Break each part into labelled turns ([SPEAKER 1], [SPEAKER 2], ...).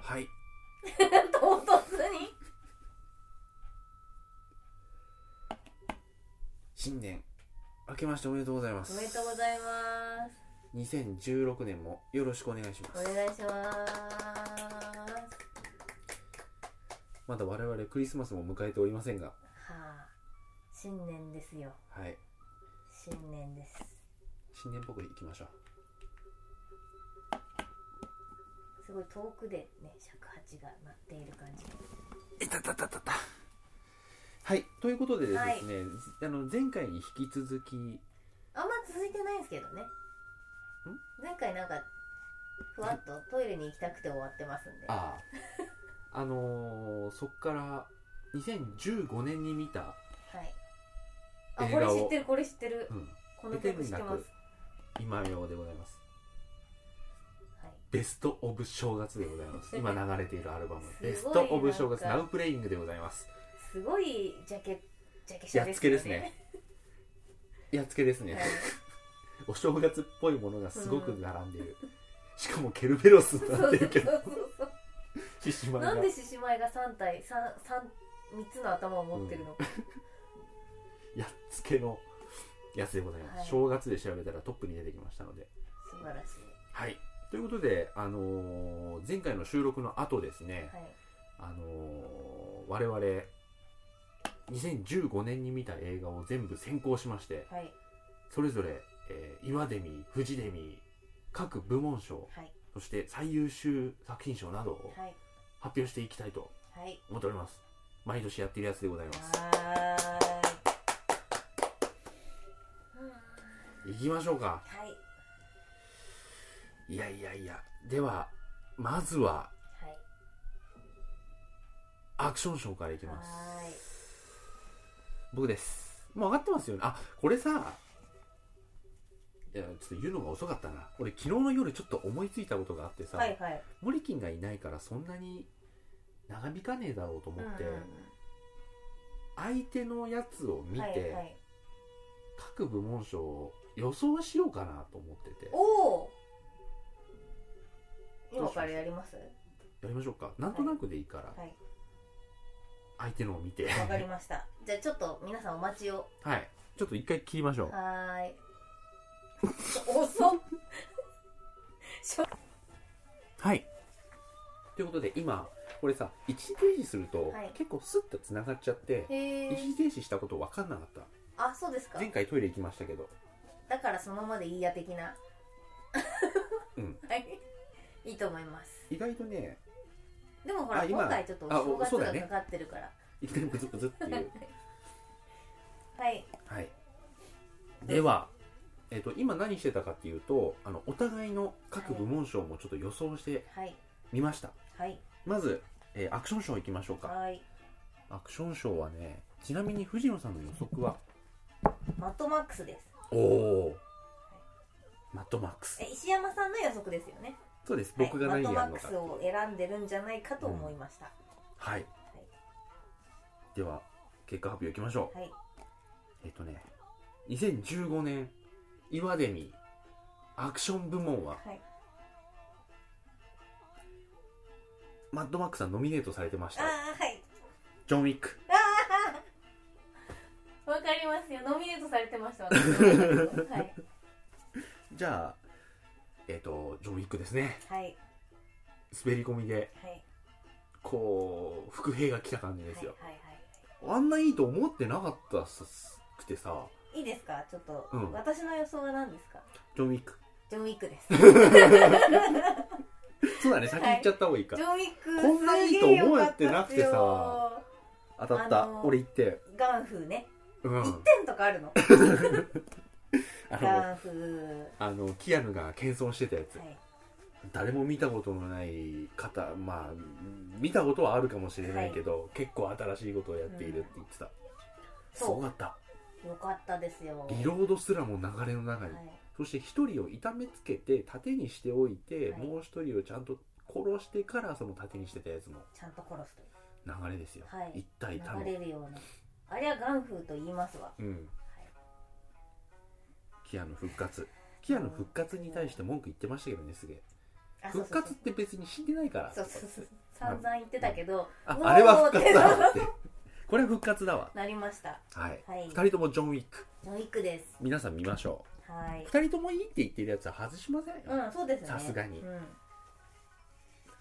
[SPEAKER 1] はい
[SPEAKER 2] 唐突に
[SPEAKER 1] 新年明けましておめでとうございま
[SPEAKER 2] お
[SPEAKER 1] す
[SPEAKER 2] めでとうございます
[SPEAKER 1] 2016年もよろしくお願いしま
[SPEAKER 2] お
[SPEAKER 1] す
[SPEAKER 2] 願いします
[SPEAKER 1] まだ我々クリスマスも迎えておりませんが
[SPEAKER 2] はあ新年ですよ
[SPEAKER 1] はい
[SPEAKER 2] 新年です
[SPEAKER 1] 新年っぽくいきましょう
[SPEAKER 2] すごい遠くでね尺八が鳴っている感じ
[SPEAKER 1] いたたたたたはいということでですね、
[SPEAKER 2] はい
[SPEAKER 1] あの前回に引き続き
[SPEAKER 2] あんま続いてないんですけどね前回なんかふわっとトイレに行きたくて終わってますんで
[SPEAKER 1] あああのー、そっから2015年に見た、
[SPEAKER 2] はいあ
[SPEAKER 1] 映
[SPEAKER 2] これ
[SPEAKER 1] 画を
[SPEAKER 2] 知ってるこれ知ってる
[SPEAKER 1] うん、
[SPEAKER 2] この曲知ってます
[SPEAKER 1] 今用でございます
[SPEAKER 2] はい
[SPEAKER 1] ベスト・オブ・正月でございます今流れているアルバム
[SPEAKER 2] す
[SPEAKER 1] 「
[SPEAKER 2] ごい
[SPEAKER 1] ベスト・オブ・正月
[SPEAKER 2] なんか
[SPEAKER 1] ナウプレイング」でございます
[SPEAKER 2] すごいジャケジャケ写
[SPEAKER 1] やっつけですねやっつけですね、
[SPEAKER 2] はい
[SPEAKER 1] お正月っぽいものがすごく並んでいる、しかもケルベロス に
[SPEAKER 2] そ
[SPEAKER 1] なって
[SPEAKER 2] うそ
[SPEAKER 1] る
[SPEAKER 2] う
[SPEAKER 1] けど
[SPEAKER 2] そうそう
[SPEAKER 1] 獅子舞
[SPEAKER 2] な
[SPEAKER 1] が
[SPEAKER 2] んで獅子舞が三体三三三つの頭を持ってるのか、
[SPEAKER 1] やっつけのやつでございます、
[SPEAKER 2] はい
[SPEAKER 1] 正月で調べたらトップに出てきましたので
[SPEAKER 2] 素晴らしい。
[SPEAKER 1] はいということで、あのー前回の収録の後ですね、
[SPEAKER 2] はい。
[SPEAKER 1] あのー我々2015年に見た映画を全部選考しまして
[SPEAKER 2] はい。
[SPEAKER 1] それぞれ、えー、岩デミーフジデミー各部門賞
[SPEAKER 2] はい。
[SPEAKER 1] そして最優秀作品賞などを
[SPEAKER 2] はい。
[SPEAKER 1] 発表していきたいと
[SPEAKER 2] はい。
[SPEAKER 1] 思っております毎年やってるやつでございます
[SPEAKER 2] はーい。うん
[SPEAKER 1] いきましょうか
[SPEAKER 2] はい。
[SPEAKER 1] いやいやいやではまずは
[SPEAKER 2] はい。
[SPEAKER 1] アクション賞からいきます
[SPEAKER 2] はーい。
[SPEAKER 1] 僕ですもう上がってますよねあこれさいやちょっと言うのが遅かったな俺昨日の夜ちょっと思いついたことがあってさ、
[SPEAKER 2] はい。はい。
[SPEAKER 1] モリキンがいないからそんなに長引かねえだろうと思って、
[SPEAKER 2] うんうん
[SPEAKER 1] 相手のやつを見て、
[SPEAKER 2] はいはい、
[SPEAKER 1] 各部門賞を予想しようかなと思っててや
[SPEAKER 2] おお。今からやります。
[SPEAKER 1] りましょうかなんとなくでいいから、
[SPEAKER 2] はい。
[SPEAKER 1] 相手のを見て
[SPEAKER 2] わかり
[SPEAKER 1] は
[SPEAKER 2] ました。じゃあ、ちょっと皆さんお待ちを。
[SPEAKER 1] いちょっと一回切りましょう
[SPEAKER 2] はーい。 遅っ。
[SPEAKER 1] はいということで今これさ一時停止すると、
[SPEAKER 2] はい
[SPEAKER 1] 結構スッとつながっちゃって
[SPEAKER 2] へ
[SPEAKER 1] 一
[SPEAKER 2] え。
[SPEAKER 1] 時停止したこと分かんなかった
[SPEAKER 2] あ、そうですか。
[SPEAKER 1] 前回トイレ行きましたけど
[SPEAKER 2] だからそのままでいいや的な、
[SPEAKER 1] うん
[SPEAKER 2] はいいいと思います
[SPEAKER 1] 意外とね
[SPEAKER 2] でもほら
[SPEAKER 1] あ今
[SPEAKER 2] 今回ちょっとお
[SPEAKER 1] あおそ
[SPEAKER 2] 正
[SPEAKER 1] うだよ
[SPEAKER 2] 月
[SPEAKER 1] ね
[SPEAKER 2] がかかってるから、
[SPEAKER 1] 一回ブツブツって いう
[SPEAKER 2] はい
[SPEAKER 1] はいでは、えっと今何してたかっていうとあのお互いの各部門賞もちょっと予想して
[SPEAKER 2] はい
[SPEAKER 1] みました
[SPEAKER 2] はい
[SPEAKER 1] まず、えーアクション賞行きましょうか
[SPEAKER 2] はい
[SPEAKER 1] アクション賞はねちなみに藤野さんの予測は
[SPEAKER 2] マットマックスです
[SPEAKER 1] おおマッドマックス
[SPEAKER 2] え石山さんの予測ですよね
[SPEAKER 1] そうです
[SPEAKER 2] はい
[SPEAKER 1] 僕が何や
[SPEAKER 2] マ
[SPEAKER 1] る
[SPEAKER 2] ット
[SPEAKER 1] の
[SPEAKER 2] マッ
[SPEAKER 1] か
[SPEAKER 2] クスを選んでるんじゃないかと思いました、
[SPEAKER 1] はい、では結果発表いきましょう
[SPEAKER 2] はい
[SPEAKER 1] えっとね2015年岩デミアクション部門は
[SPEAKER 2] はい
[SPEAKER 1] マッドマックスはノミネートされてまし
[SPEAKER 2] あ
[SPEAKER 1] た
[SPEAKER 2] あはい
[SPEAKER 1] ジョン・ウィック
[SPEAKER 2] わかりますよノミネートされてました私はい
[SPEAKER 1] じゃあえっとジョン・ウィックですね
[SPEAKER 2] はい
[SPEAKER 1] 滑り込みで
[SPEAKER 2] はい
[SPEAKER 1] こう伏兵が来た感じですよ、
[SPEAKER 2] はいはい
[SPEAKER 1] あんないいと思ってなかったっすくてさ
[SPEAKER 2] はいいいですかちょっと、
[SPEAKER 1] うん
[SPEAKER 2] 私の予想は何ですか
[SPEAKER 1] ジョン・ウィック
[SPEAKER 2] ジョン・ウィックです
[SPEAKER 1] そうだね先行っちゃった方がいいか、
[SPEAKER 2] ジョンウィック
[SPEAKER 1] こんないいと思えてなくてさ
[SPEAKER 2] すげえ良かったっすよ
[SPEAKER 1] 当たった、
[SPEAKER 2] あのー
[SPEAKER 1] 俺行って
[SPEAKER 2] ガンフーね
[SPEAKER 1] うん
[SPEAKER 2] 1点とかある
[SPEAKER 1] あ
[SPEAKER 2] の
[SPEAKER 1] の
[SPEAKER 2] ガンフー
[SPEAKER 1] あのキアヌが謙遜してたやつ、
[SPEAKER 2] はい
[SPEAKER 1] 誰も見たことのない方まあ見たことはあるかもしれないけど、結構新しいことをやっているって言ってた、す
[SPEAKER 2] そう
[SPEAKER 1] ごかった
[SPEAKER 2] よかったですよ
[SPEAKER 1] リロードすらも流れの中に、
[SPEAKER 2] はい
[SPEAKER 1] そして一人を痛めつけて盾にしておいて、
[SPEAKER 2] はい
[SPEAKER 1] もう一人をちゃんと殺してからその盾にしてたやつの
[SPEAKER 2] ちゃんと殺すとい
[SPEAKER 1] 流れですよ、
[SPEAKER 2] はい
[SPEAKER 1] 一体多
[SPEAKER 2] う流れるようなあれはガンフーと言いますわ
[SPEAKER 1] うんキアの復活キアの復活に対して文句言ってましたけどねすげえ
[SPEAKER 2] ああそう
[SPEAKER 1] 復
[SPEAKER 2] そう
[SPEAKER 1] 活って別に死んでないから
[SPEAKER 2] そうそうそうそう散々言ってたけど
[SPEAKER 1] あ
[SPEAKER 2] もう
[SPEAKER 1] あれは復活だわって これは復活だわ
[SPEAKER 2] なりました
[SPEAKER 1] はい、
[SPEAKER 2] はい
[SPEAKER 1] 二人ともジョン・ウィック
[SPEAKER 2] ジョンウィックです
[SPEAKER 1] 皆さん見ましょ
[SPEAKER 2] は
[SPEAKER 1] う
[SPEAKER 2] い
[SPEAKER 1] 二人ともいいって言ってるやつは外しませんよ、
[SPEAKER 2] うんそうですね
[SPEAKER 1] さすがに
[SPEAKER 2] うん、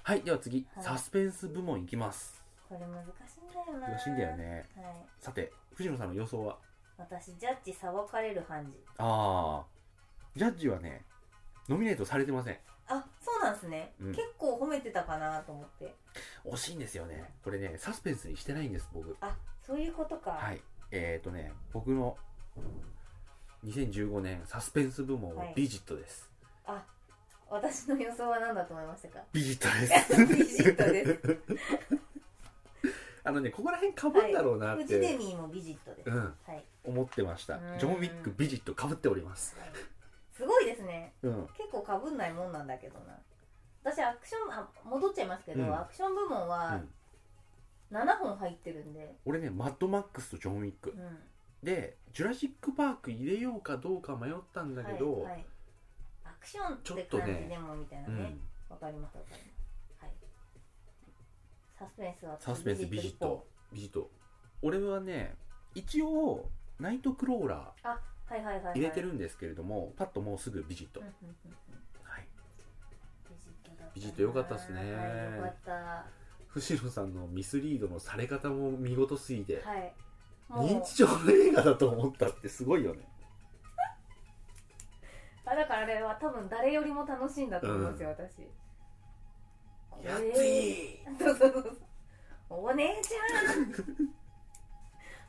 [SPEAKER 1] はいでは次、
[SPEAKER 2] はい
[SPEAKER 1] サスペンス部門いきます
[SPEAKER 2] これ難しいんだよな
[SPEAKER 1] 難しいんだよね
[SPEAKER 2] はい
[SPEAKER 1] さて藤野さんの予想は
[SPEAKER 2] 私ジャッジ裁かれる判事
[SPEAKER 1] ああジャッジはねノミネートされてません
[SPEAKER 2] あそうなんですね、
[SPEAKER 1] うん
[SPEAKER 2] 結構褒めてたかなと思って
[SPEAKER 1] 惜しいんですよねこれねサスペンスにしてないんです僕
[SPEAKER 2] あそういうことか
[SPEAKER 1] はいえっ、ー、とね僕の2015年サスペンス部門は
[SPEAKER 2] はい
[SPEAKER 1] ビジットです、
[SPEAKER 2] あ私の予想は何だと思いましたか
[SPEAKER 1] ビジットで
[SPEAKER 2] ビジットです
[SPEAKER 1] あのねここら辺かぶんだろうなっ
[SPEAKER 2] フ
[SPEAKER 1] て、
[SPEAKER 2] ジデミーもビジットです、
[SPEAKER 1] うん
[SPEAKER 2] はい
[SPEAKER 1] 思ってました
[SPEAKER 2] うん
[SPEAKER 1] ジョン・ウィックビジットかぶっております
[SPEAKER 2] すごいですね
[SPEAKER 1] うん
[SPEAKER 2] 結構かぶんないもんなんだけどな私アクションあ戻っちゃいますけど、
[SPEAKER 1] うん
[SPEAKER 2] アクション部門
[SPEAKER 1] う
[SPEAKER 2] は
[SPEAKER 1] ん
[SPEAKER 2] 7本入ってるんで、
[SPEAKER 1] 俺ねマッドマックスとジョン・ウィック
[SPEAKER 2] うん
[SPEAKER 1] でジュラシック・パーク入れようかどうか迷ったんだけど、
[SPEAKER 2] はいはい、アクション
[SPEAKER 1] ちょ
[SPEAKER 2] っ
[SPEAKER 1] ってとね
[SPEAKER 2] 感じでもみたいな
[SPEAKER 1] う
[SPEAKER 2] ねわ、
[SPEAKER 1] ん、
[SPEAKER 2] かりますわかります、はい、サスペンスは
[SPEAKER 1] サスペンスビジッ
[SPEAKER 2] 一本
[SPEAKER 1] トビジット俺はね一応ナイトクローラ
[SPEAKER 2] はいはいはい、はい、
[SPEAKER 1] ー入れてるんですけれども、パッともうすぐビジット、
[SPEAKER 2] うんうんうんうん
[SPEAKER 1] はい、
[SPEAKER 2] ビ
[SPEAKER 1] ビジ
[SPEAKER 2] ジッ
[SPEAKER 1] ッ
[SPEAKER 2] ト
[SPEAKER 1] ト
[SPEAKER 2] 良
[SPEAKER 1] 良
[SPEAKER 2] か
[SPEAKER 1] か
[SPEAKER 2] っ
[SPEAKER 1] ったたっ
[SPEAKER 2] です
[SPEAKER 1] す
[SPEAKER 2] ね
[SPEAKER 1] ね
[SPEAKER 2] はい、良かった
[SPEAKER 1] 藤野さんのミスリードのされ方も見事すぎて、
[SPEAKER 2] はい
[SPEAKER 1] 認
[SPEAKER 2] も
[SPEAKER 1] 知症の映画だと思ったってすごいよね
[SPEAKER 2] うあだからあれは多分誰よりも楽しいんだと思うんですよ、私これ
[SPEAKER 1] やつい
[SPEAKER 2] そうそうそうお姉ちゃん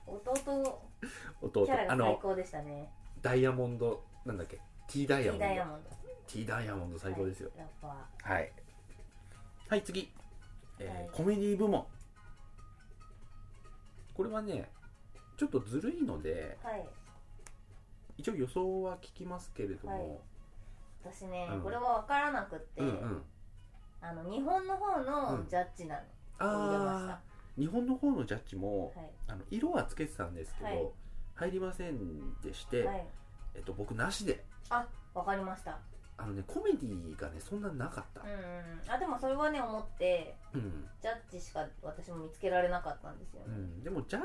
[SPEAKER 2] 弟
[SPEAKER 1] 弟
[SPEAKER 2] キャラ
[SPEAKER 1] あ
[SPEAKER 2] が最
[SPEAKER 1] の
[SPEAKER 2] 高でしたね
[SPEAKER 1] ダイヤモンドなんだっけ T ダイ
[SPEAKER 2] テ
[SPEAKER 1] ヤ
[SPEAKER 2] ィ
[SPEAKER 1] モン
[SPEAKER 2] ー
[SPEAKER 1] ド
[SPEAKER 2] ダイヤモンド
[SPEAKER 1] T ダイヤモンド最高ですよ
[SPEAKER 2] はい、やっ
[SPEAKER 1] はいはい、次、
[SPEAKER 2] はい
[SPEAKER 1] えーコメディ部門これはねちょっとずるいので
[SPEAKER 2] ぱはい
[SPEAKER 1] 一応予想は聞きますけれども、
[SPEAKER 2] 私ね、
[SPEAKER 1] うん
[SPEAKER 2] これは分からなくって、
[SPEAKER 1] うんうん
[SPEAKER 2] あの日本の方
[SPEAKER 1] う
[SPEAKER 2] の
[SPEAKER 1] ん
[SPEAKER 2] ジャッジなの、入れました
[SPEAKER 1] あー日本の方のジャッジも、あの色はつけてたんですけど、
[SPEAKER 2] はい
[SPEAKER 1] 入りませんでして、
[SPEAKER 2] はい、はい、
[SPEAKER 1] えっと、僕なしで
[SPEAKER 2] あ分かりました
[SPEAKER 1] あのねコメディがねそんななかった
[SPEAKER 2] うん、うん、あでもそれはね思って
[SPEAKER 1] うん、
[SPEAKER 2] ジャッジしか私も見つけられなかったんですよ
[SPEAKER 1] う
[SPEAKER 2] ね。
[SPEAKER 1] ん、でもジャッ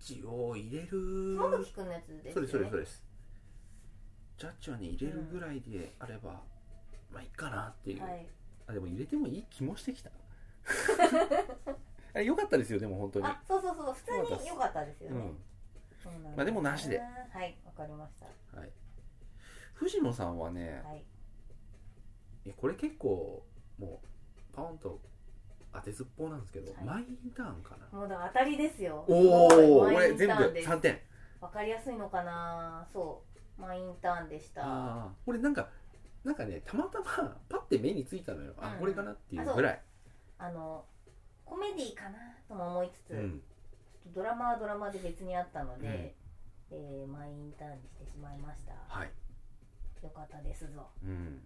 [SPEAKER 1] ジを入れる
[SPEAKER 2] ももきくんのやつです
[SPEAKER 1] そう
[SPEAKER 2] よね。
[SPEAKER 1] ですそうですそうですジャッジはね入れるぐらいであれば、まあいいかなっていう、
[SPEAKER 2] はい。
[SPEAKER 1] あでも入れてもいい気もしてきたあ れよかったですよでも本当に
[SPEAKER 2] あ、そうそうそう、普通に良かったですよ
[SPEAKER 1] う
[SPEAKER 2] ね。
[SPEAKER 1] ん
[SPEAKER 2] そうなんす
[SPEAKER 1] まあでもなしで
[SPEAKER 2] はい、わかりました。
[SPEAKER 1] はい藤野さんはね、
[SPEAKER 2] はい。
[SPEAKER 1] えこれ結構もうパオンと当てずっぽうなんですけど、
[SPEAKER 2] はい
[SPEAKER 1] マインターンかな
[SPEAKER 2] もうだから当たりですよ。
[SPEAKER 1] おお
[SPEAKER 2] マ
[SPEAKER 1] 俺
[SPEAKER 2] インタ
[SPEAKER 1] 全部
[SPEAKER 2] ーンです
[SPEAKER 1] 3点
[SPEAKER 2] わかりやすいのかな。そう、マインターンでした。あ、
[SPEAKER 1] ああ俺なんかなんかねたまたまパッて目についたのよ、あ
[SPEAKER 2] うん
[SPEAKER 1] これかなっていうぐらい
[SPEAKER 2] のコメディかなとも思いつつ、
[SPEAKER 1] うん
[SPEAKER 2] ちょっとドラマはドラマで別にあったので、えーマインターンにしてしまいました。
[SPEAKER 1] はい
[SPEAKER 2] よかったですぞ。
[SPEAKER 1] うん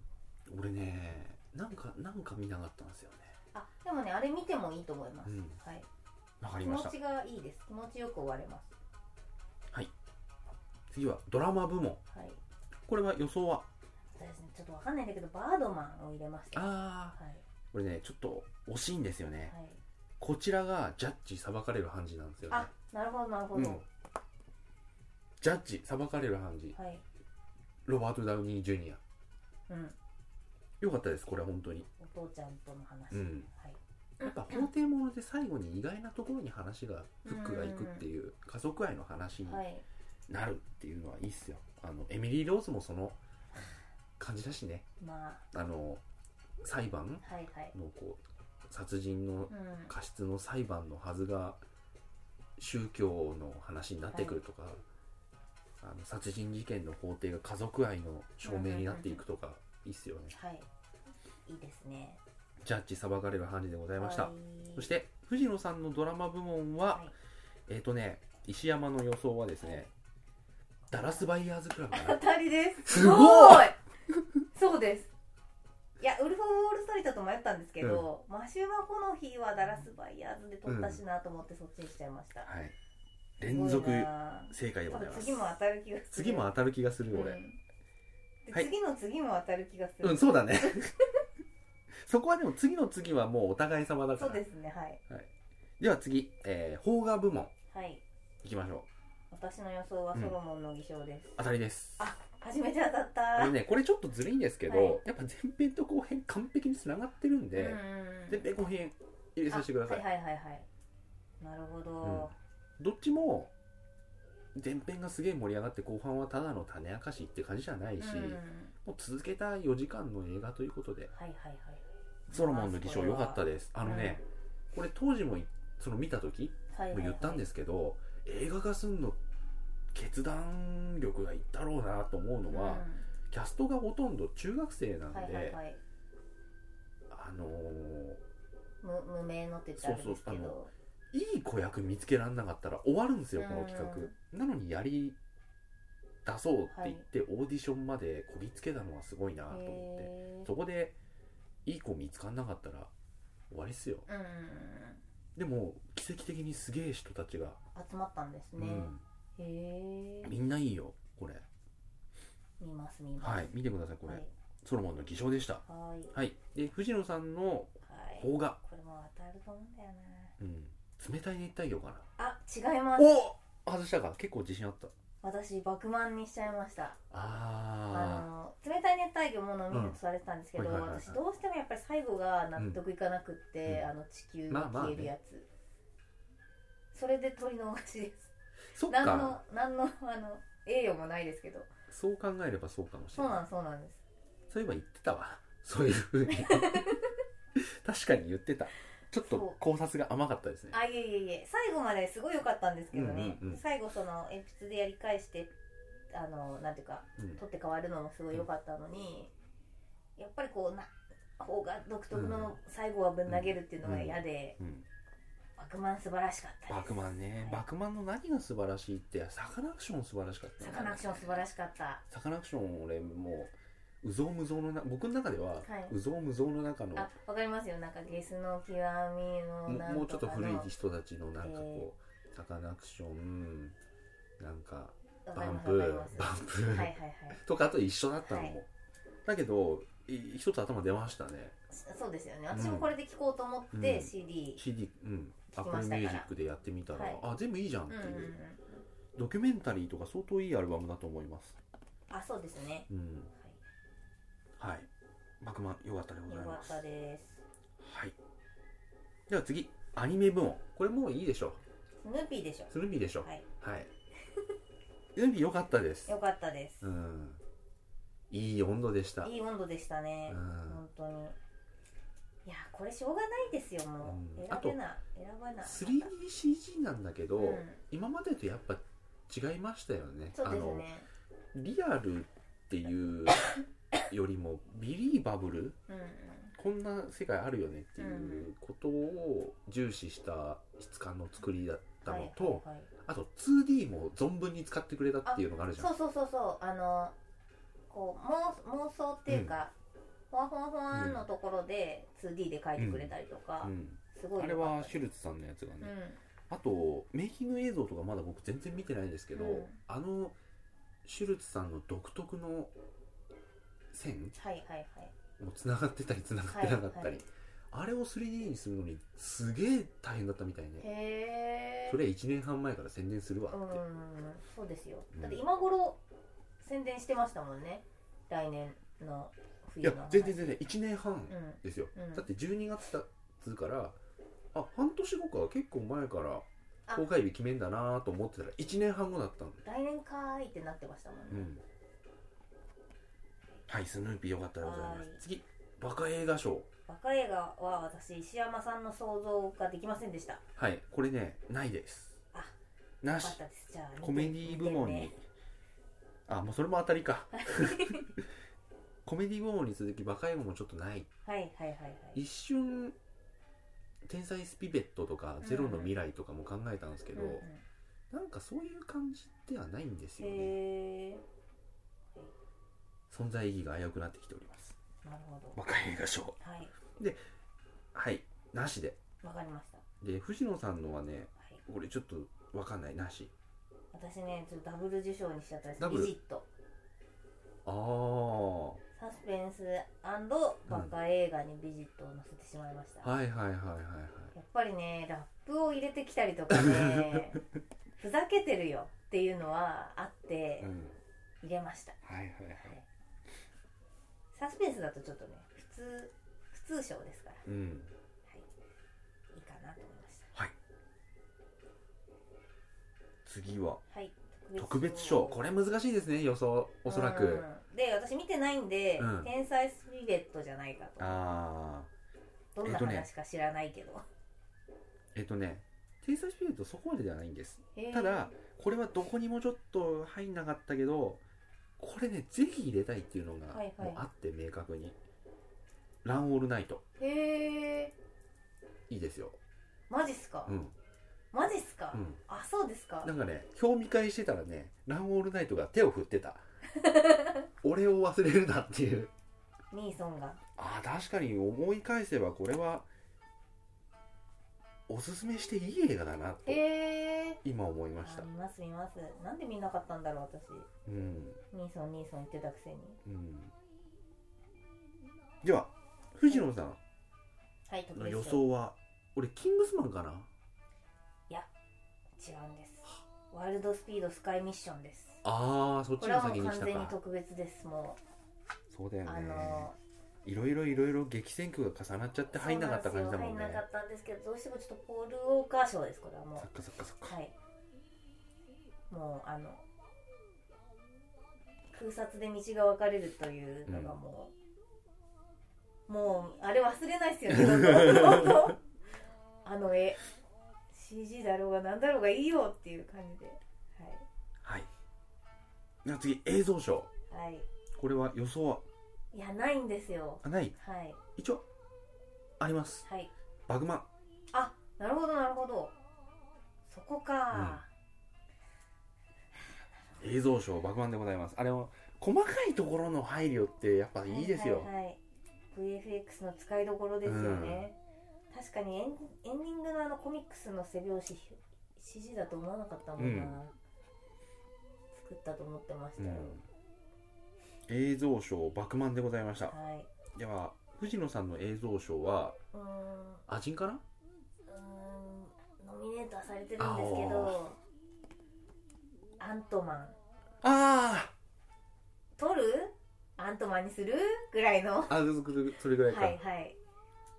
[SPEAKER 1] 俺ねなんかなんか見なかったんですよね
[SPEAKER 2] あ、でもね、あれ見てもいいと思います。
[SPEAKER 1] うん
[SPEAKER 2] はい。
[SPEAKER 1] わか
[SPEAKER 2] 気
[SPEAKER 1] りまし
[SPEAKER 2] 持
[SPEAKER 1] た
[SPEAKER 2] ちがいいです。気持ちよく終われます。
[SPEAKER 1] 次はドラマ部門
[SPEAKER 2] はい。
[SPEAKER 1] これは予想は
[SPEAKER 2] 私ねちょっとわかんないんだけど、バードマンを入れました。は
[SPEAKER 1] ああ
[SPEAKER 2] い。
[SPEAKER 1] これねちょっと惜しいんですよね
[SPEAKER 2] はい。
[SPEAKER 1] こちらがジャッジ裁かれる判事なんですよね
[SPEAKER 2] あ、なるほど、なるほ
[SPEAKER 1] う
[SPEAKER 2] ど。
[SPEAKER 1] んジャッジ裁かれる判事
[SPEAKER 2] はい。
[SPEAKER 1] ロバート・ダウニー・ジュニア
[SPEAKER 2] うん。
[SPEAKER 1] よかったですこれは本当に
[SPEAKER 2] お父ちゃんとの話。
[SPEAKER 1] うん
[SPEAKER 2] はい。
[SPEAKER 1] やっぱ法廷もので最後に意外なところに話がフックがいくっていう家族愛の話に
[SPEAKER 2] はい。
[SPEAKER 1] なるっていうのはいいっすよあのエミリー・ローズもその感じだしね
[SPEAKER 2] ま
[SPEAKER 1] あの裁判
[SPEAKER 2] あ、はいはい。
[SPEAKER 1] のこう殺人の
[SPEAKER 2] うん。
[SPEAKER 1] 過失の裁判のはずが宗教の話になってくるとか、あの殺人事件の法廷が家族愛の証明になっていくとかいいっすよね
[SPEAKER 2] はい。いいですね。
[SPEAKER 1] ジャッジ裁かれる判事でございました、
[SPEAKER 2] はい
[SPEAKER 1] そして藤野さんのドラマ部門は、
[SPEAKER 2] はい
[SPEAKER 1] えっ、とね石山の予想はですね、
[SPEAKER 2] はい
[SPEAKER 1] ダラスバイヤーズクラブか
[SPEAKER 2] 当
[SPEAKER 1] な
[SPEAKER 2] たりです。
[SPEAKER 1] すご
[SPEAKER 2] い。そうです。いやウルフ・オール・ストリートと迷ったんですけど、マシュマコの日はダラス・バイヤーズで撮ったしなと思ってそっちにしちゃいました、
[SPEAKER 1] はい連続
[SPEAKER 2] すごいな
[SPEAKER 1] 正解でございます
[SPEAKER 2] 次も当たる気がする
[SPEAKER 1] 次も当たる気がする
[SPEAKER 2] うん
[SPEAKER 1] 俺
[SPEAKER 2] で
[SPEAKER 1] はい
[SPEAKER 2] 次の次も当たる気がす
[SPEAKER 1] う
[SPEAKER 2] る、
[SPEAKER 1] ん、そうだね そこはでも次の次はもうお互い様だか
[SPEAKER 2] そう
[SPEAKER 1] ら
[SPEAKER 2] ですねはい
[SPEAKER 1] では次、えー、邦画部門
[SPEAKER 2] はい
[SPEAKER 1] いきましょ
[SPEAKER 2] 私の予想はソロモンの偽証です、
[SPEAKER 1] う当たりです
[SPEAKER 2] あ初めて当たった
[SPEAKER 1] これねこれちょっとずるいんですけど、
[SPEAKER 2] はい
[SPEAKER 1] やっぱ前編と後編完璧につながってるんで、前編後編入れさせてください、
[SPEAKER 2] あはいはいはいはいなるほど、
[SPEAKER 1] どっちも前編がすげえ盛り上がって後半はただの種明かしって感じじゃな
[SPEAKER 2] う
[SPEAKER 1] いし、
[SPEAKER 2] ん
[SPEAKER 1] もう続けた4時間の映画ということで
[SPEAKER 2] はいはいはい
[SPEAKER 1] ソロモンの偽証良かったですあ
[SPEAKER 2] れは
[SPEAKER 1] のね、これ当時もいその見た時
[SPEAKER 2] はいはい
[SPEAKER 1] も
[SPEAKER 2] はい
[SPEAKER 1] 言ったんですすけど、映画化すんの決断力がいったろうなと思うのは、キャストがほとんど中学生なんで、
[SPEAKER 2] はいはいはい
[SPEAKER 1] あのー
[SPEAKER 2] 無無名のって言ったらあれですけ
[SPEAKER 1] そうそうあ
[SPEAKER 2] ど
[SPEAKER 1] いい子役見つけられなかったら終わるんですよこの企画、なのにやり出そうって言って、オーディションまでこぎつけたのはすごいなと思って、
[SPEAKER 2] へー
[SPEAKER 1] そこでいい子見つかんなかったら終わりっすよ
[SPEAKER 2] うんうん
[SPEAKER 1] でも奇跡的にすげえ人たちが、
[SPEAKER 2] うん集まったんですね、へ
[SPEAKER 1] うん、
[SPEAKER 2] え
[SPEAKER 1] みんないいよこれ
[SPEAKER 2] 見ます見ます
[SPEAKER 1] はい見てくださいこれ、ソロモンの偽証でした
[SPEAKER 2] はいはい
[SPEAKER 1] はいで藤野さんの
[SPEAKER 2] はい
[SPEAKER 1] 邦画、
[SPEAKER 2] これも当たると思うんだよ
[SPEAKER 1] うん、冷たい熱帯魚かな
[SPEAKER 2] なあ違います
[SPEAKER 1] お外したか結構自信あった
[SPEAKER 2] 私バクマンにしちゃいました
[SPEAKER 1] あ
[SPEAKER 2] あの冷たい熱帯魚も飲み水とされてたんですけど、
[SPEAKER 1] うんはいはいはいはい
[SPEAKER 2] 私どうしてもやっぱり最後が納得いかなくって、
[SPEAKER 1] うん
[SPEAKER 2] あの地球が消えるやつ、それで取り逃しです
[SPEAKER 1] ーそっ
[SPEAKER 2] 何の
[SPEAKER 1] か
[SPEAKER 2] 何のあの栄誉もないですけど
[SPEAKER 1] そう考えればそうかもし
[SPEAKER 2] そう
[SPEAKER 1] れな
[SPEAKER 2] ないんそうなんです
[SPEAKER 1] そういえば言ってたわそういうふ うに確かに言ってたちょっと考察が甘かったですね
[SPEAKER 2] あいえいえいえ最後まですごい良かったんですけどね、
[SPEAKER 1] うんうんうん
[SPEAKER 2] 最後その鉛筆でやり返してあのなんていうか
[SPEAKER 1] うん
[SPEAKER 2] 取って変わるのもすごい良かったのに、やっぱりこうな方が独特
[SPEAKER 1] うん
[SPEAKER 2] の最後はぶん投げるっていうのが嫌で、
[SPEAKER 1] うん
[SPEAKER 2] バクマン素晴らしかったです
[SPEAKER 1] バクマンねバクマンの何が素晴らしいってサカナクション素晴らしかった
[SPEAKER 2] サ
[SPEAKER 1] な
[SPEAKER 2] カナクション素晴らしかった
[SPEAKER 1] サカナクション俺もううぞうむぞうのな僕の中では、
[SPEAKER 2] いう
[SPEAKER 1] ぞうむぞうの中の
[SPEAKER 2] あわかりますよなんかゲスの極み
[SPEAKER 1] も
[SPEAKER 2] のなん
[SPEAKER 1] もうちょっと古い
[SPEAKER 2] わ
[SPEAKER 1] 人たちのなんかこう、サカナクションなんか
[SPEAKER 2] か
[SPEAKER 1] バ
[SPEAKER 2] り
[SPEAKER 1] ン
[SPEAKER 2] ます
[SPEAKER 1] プ
[SPEAKER 2] わかります
[SPEAKER 1] バ
[SPEAKER 2] は
[SPEAKER 1] ンプ、
[SPEAKER 2] いはいはい
[SPEAKER 1] とかと一緒だったのも、
[SPEAKER 2] はい
[SPEAKER 1] だけどい一つ頭出ましたね
[SPEAKER 2] そうですよね私もこれで聴こうと思って
[SPEAKER 1] うん
[SPEAKER 2] CD、
[SPEAKER 1] CD うんア
[SPEAKER 2] 聞き
[SPEAKER 1] ップ
[SPEAKER 2] ま
[SPEAKER 1] ル
[SPEAKER 2] し
[SPEAKER 1] ミュ
[SPEAKER 2] たから
[SPEAKER 1] ージックでやってみたら、
[SPEAKER 2] はい
[SPEAKER 1] あ全部いいじゃんっ
[SPEAKER 2] う
[SPEAKER 1] て
[SPEAKER 2] ん
[SPEAKER 1] いうう、
[SPEAKER 2] んうん
[SPEAKER 1] ドキュメンタリーとか相当いいアルバムだと思います
[SPEAKER 2] あそうですね
[SPEAKER 1] うんはいバクマンよかったでご
[SPEAKER 2] よ
[SPEAKER 1] ざい
[SPEAKER 2] か
[SPEAKER 1] ま
[SPEAKER 2] っ
[SPEAKER 1] す
[SPEAKER 2] たです
[SPEAKER 1] はいでは次アニメ部門これもういいでしょ
[SPEAKER 2] スヌーピーでしょ
[SPEAKER 1] スヌーピーでしょ
[SPEAKER 2] はい
[SPEAKER 1] はい。 ユンビ良かったです
[SPEAKER 2] よ。かったです
[SPEAKER 1] うん。いい温度でした。
[SPEAKER 2] いい温度でしたね、
[SPEAKER 1] うん
[SPEAKER 2] 本当にいやこれしょうがないですよもう、
[SPEAKER 1] うん
[SPEAKER 2] 選べない選ばない
[SPEAKER 1] 3DCG なんだけど、
[SPEAKER 2] うん
[SPEAKER 1] 今までとやっぱ違いましたよね。
[SPEAKER 2] そう
[SPEAKER 1] あ
[SPEAKER 2] です
[SPEAKER 1] の
[SPEAKER 2] ね
[SPEAKER 1] リアルっていうより もビリーバブル
[SPEAKER 2] うんうん
[SPEAKER 1] こんな世界あるよねっていうことを重視した質感の作りだったのと、
[SPEAKER 2] はいはいはい
[SPEAKER 1] あと 2D も存分に使ってくれたっていうのがあるじゃん
[SPEAKER 2] そうそうそうそうあのこう妄妄想っていうか、ほわほわほわのところで 2D で描いてくれたりとか、
[SPEAKER 1] うん
[SPEAKER 2] すごい
[SPEAKER 1] あれ
[SPEAKER 2] 良か
[SPEAKER 1] は
[SPEAKER 2] った
[SPEAKER 1] シュルツさんのやつがね、
[SPEAKER 2] う
[SPEAKER 1] あとメイキング映像とかまだ僕全然見てないんですけど、
[SPEAKER 2] うん
[SPEAKER 1] あのシュルツさんの独特の線
[SPEAKER 2] んはいはいはい
[SPEAKER 1] もつながってたりつながってなかったり、
[SPEAKER 2] はいはい
[SPEAKER 1] あれを 3D にするのにすげえ大変だったみたいね
[SPEAKER 2] へえ
[SPEAKER 1] それ1年半前から宣伝するわって、
[SPEAKER 2] うんそうですよ
[SPEAKER 1] うん
[SPEAKER 2] だって今頃宣伝してましたもんね来年の
[SPEAKER 1] い
[SPEAKER 2] 冬
[SPEAKER 1] や
[SPEAKER 2] の話
[SPEAKER 1] 全然全然1年半
[SPEAKER 2] うん
[SPEAKER 1] ですよ、
[SPEAKER 2] うん
[SPEAKER 1] だって12月だっつうからあ半年後か結構前から
[SPEAKER 2] あ
[SPEAKER 1] 公開日決めんだなと思ってたら1年半後だったの
[SPEAKER 2] 来年かーいってなってましたもんね、
[SPEAKER 1] うんはい、スヌーピーよかったでございま
[SPEAKER 2] は
[SPEAKER 1] す
[SPEAKER 2] い。
[SPEAKER 1] 次、バカ映画賞。
[SPEAKER 2] バカ映画は私石山さんの想像ができませんでしたよ
[SPEAKER 1] はい、これね、ないです
[SPEAKER 2] あ。
[SPEAKER 1] なし
[SPEAKER 2] かっ。たですじゃあ
[SPEAKER 1] コメディ部門に。あ、もうそれも当たり か。コメディ部門に続きバカ映画もちょっとない。
[SPEAKER 2] はいはいはいはい
[SPEAKER 1] 一瞬、天才スピベットとか、
[SPEAKER 2] うん
[SPEAKER 1] ゼロの未来とかも考えたんですけど、
[SPEAKER 2] うんうん
[SPEAKER 1] なんかそういう感じではないんですよね。
[SPEAKER 2] へえ
[SPEAKER 1] 存在意義が危うくなってきております。
[SPEAKER 2] なるほど
[SPEAKER 1] バカ映画賞。
[SPEAKER 2] はい
[SPEAKER 1] はい、なしで。
[SPEAKER 2] わかりました、は
[SPEAKER 1] で、藤野さんのはね、
[SPEAKER 2] い、
[SPEAKER 1] これちょっとわかんないなし
[SPEAKER 2] 私ねちょっとダブル受賞にしちゃったんです
[SPEAKER 1] ダブル
[SPEAKER 2] ビジット
[SPEAKER 1] ああ
[SPEAKER 2] サスペンスバカ映画にビジットを載せてしまいました、
[SPEAKER 1] はいはいはいはいはい
[SPEAKER 2] やっぱりねラップを入れてきたりと かねふざけてるよっていうのはあって
[SPEAKER 1] うん
[SPEAKER 2] 入れました、
[SPEAKER 1] はいはいはい
[SPEAKER 2] サスペンスだとちょっとね普通普通賞ですから、
[SPEAKER 1] うん
[SPEAKER 2] はい、いいかなと思いまし
[SPEAKER 1] 次は
[SPEAKER 2] たはい
[SPEAKER 1] 特別賞これ難しいですね予想おそらく
[SPEAKER 2] うんで私見てないんで、
[SPEAKER 1] うん
[SPEAKER 2] 天才スピレットじゃないか
[SPEAKER 1] ああ
[SPEAKER 2] とどん
[SPEAKER 1] えっ
[SPEAKER 2] な
[SPEAKER 1] とね
[SPEAKER 2] 話か知らないけど、
[SPEAKER 1] えっとね天才スピリットそこまでではないんです
[SPEAKER 2] へー
[SPEAKER 1] ただこれはどこにもちょっと入んなかったけどこれねぜひ入れたいっていうのが
[SPEAKER 2] はいは
[SPEAKER 1] も
[SPEAKER 2] い
[SPEAKER 1] うあって明確に「ランオールナイト
[SPEAKER 2] へえ」
[SPEAKER 1] いいですよ
[SPEAKER 2] マジっすか、
[SPEAKER 1] うん
[SPEAKER 2] マジっすか、
[SPEAKER 1] うん
[SPEAKER 2] あそうですか
[SPEAKER 1] なんかね表見返してたらね「ランオールナイト」が手を振って た俺を忘れるなっていう
[SPEAKER 2] ニーソンが
[SPEAKER 1] あー確かに思い返せばこれはおすすめしていい映画だなと
[SPEAKER 2] へえ
[SPEAKER 1] 今思いました
[SPEAKER 2] 見ます見ますなんで見なかったんだろう私
[SPEAKER 1] うん
[SPEAKER 2] ニーソンニーソン言ってたくせに
[SPEAKER 1] うんでは藤野さん
[SPEAKER 2] はい特
[SPEAKER 1] の
[SPEAKER 2] 別賞
[SPEAKER 1] 予想は俺キングスマンかな
[SPEAKER 2] 違うんですワイルドスピードスカイミッションです
[SPEAKER 1] あーそっ
[SPEAKER 2] こ
[SPEAKER 1] ち
[SPEAKER 2] れ
[SPEAKER 1] の
[SPEAKER 2] はも
[SPEAKER 1] 先
[SPEAKER 2] う
[SPEAKER 1] に
[SPEAKER 2] 完
[SPEAKER 1] した
[SPEAKER 2] 全に
[SPEAKER 1] か
[SPEAKER 2] 特別ですも
[SPEAKER 1] そうだ
[SPEAKER 2] う
[SPEAKER 1] よ
[SPEAKER 2] あ
[SPEAKER 1] ね
[SPEAKER 2] の
[SPEAKER 1] いろいろいろいろ激戦区が重なっちゃって入んなかった感じだもんね
[SPEAKER 2] そうなんですよ入んなかったんですけどどうしてもちょっとポール・ウォーカー賞ですこれはも
[SPEAKER 1] そっかそっかそっ
[SPEAKER 2] う
[SPEAKER 1] か
[SPEAKER 2] はいもうあの空撮で道が分かれるというのがもう、もうあれ忘れないですよねどんどんどんどん あの絵 CG だろうが何だろうがいいよっていう感じで
[SPEAKER 1] はいじゃあ次映像賞
[SPEAKER 2] はい、はい、
[SPEAKER 1] これは予想はい
[SPEAKER 2] やないんですよ
[SPEAKER 1] あない
[SPEAKER 2] はい
[SPEAKER 1] 一応あります
[SPEAKER 2] はい
[SPEAKER 1] バグマン
[SPEAKER 2] あなるほどなるほどそこか、
[SPEAKER 1] 映像賞バグマンでございますあれは細かいところの配慮ってやっぱいいですよ、
[SPEAKER 2] はいはいはい VFX の使いどころですよね、確かにエンエンディングのあのコミックスの背表紙 CG だと思わなかったもんな、
[SPEAKER 1] うん
[SPEAKER 2] 作ったと思ってまし
[SPEAKER 1] う
[SPEAKER 2] たよ、
[SPEAKER 1] ん、映像賞バグマンでございました
[SPEAKER 2] はい
[SPEAKER 1] では藤野さんの映像賞は
[SPEAKER 2] うーんう
[SPEAKER 1] アジンかな
[SPEAKER 2] ーんノミネートはされてるんですけどアントマン
[SPEAKER 1] あ
[SPEAKER 2] 取るアントマンにするぐらいのは
[SPEAKER 1] ああそれぐら
[SPEAKER 2] い
[SPEAKER 1] いか、
[SPEAKER 2] はい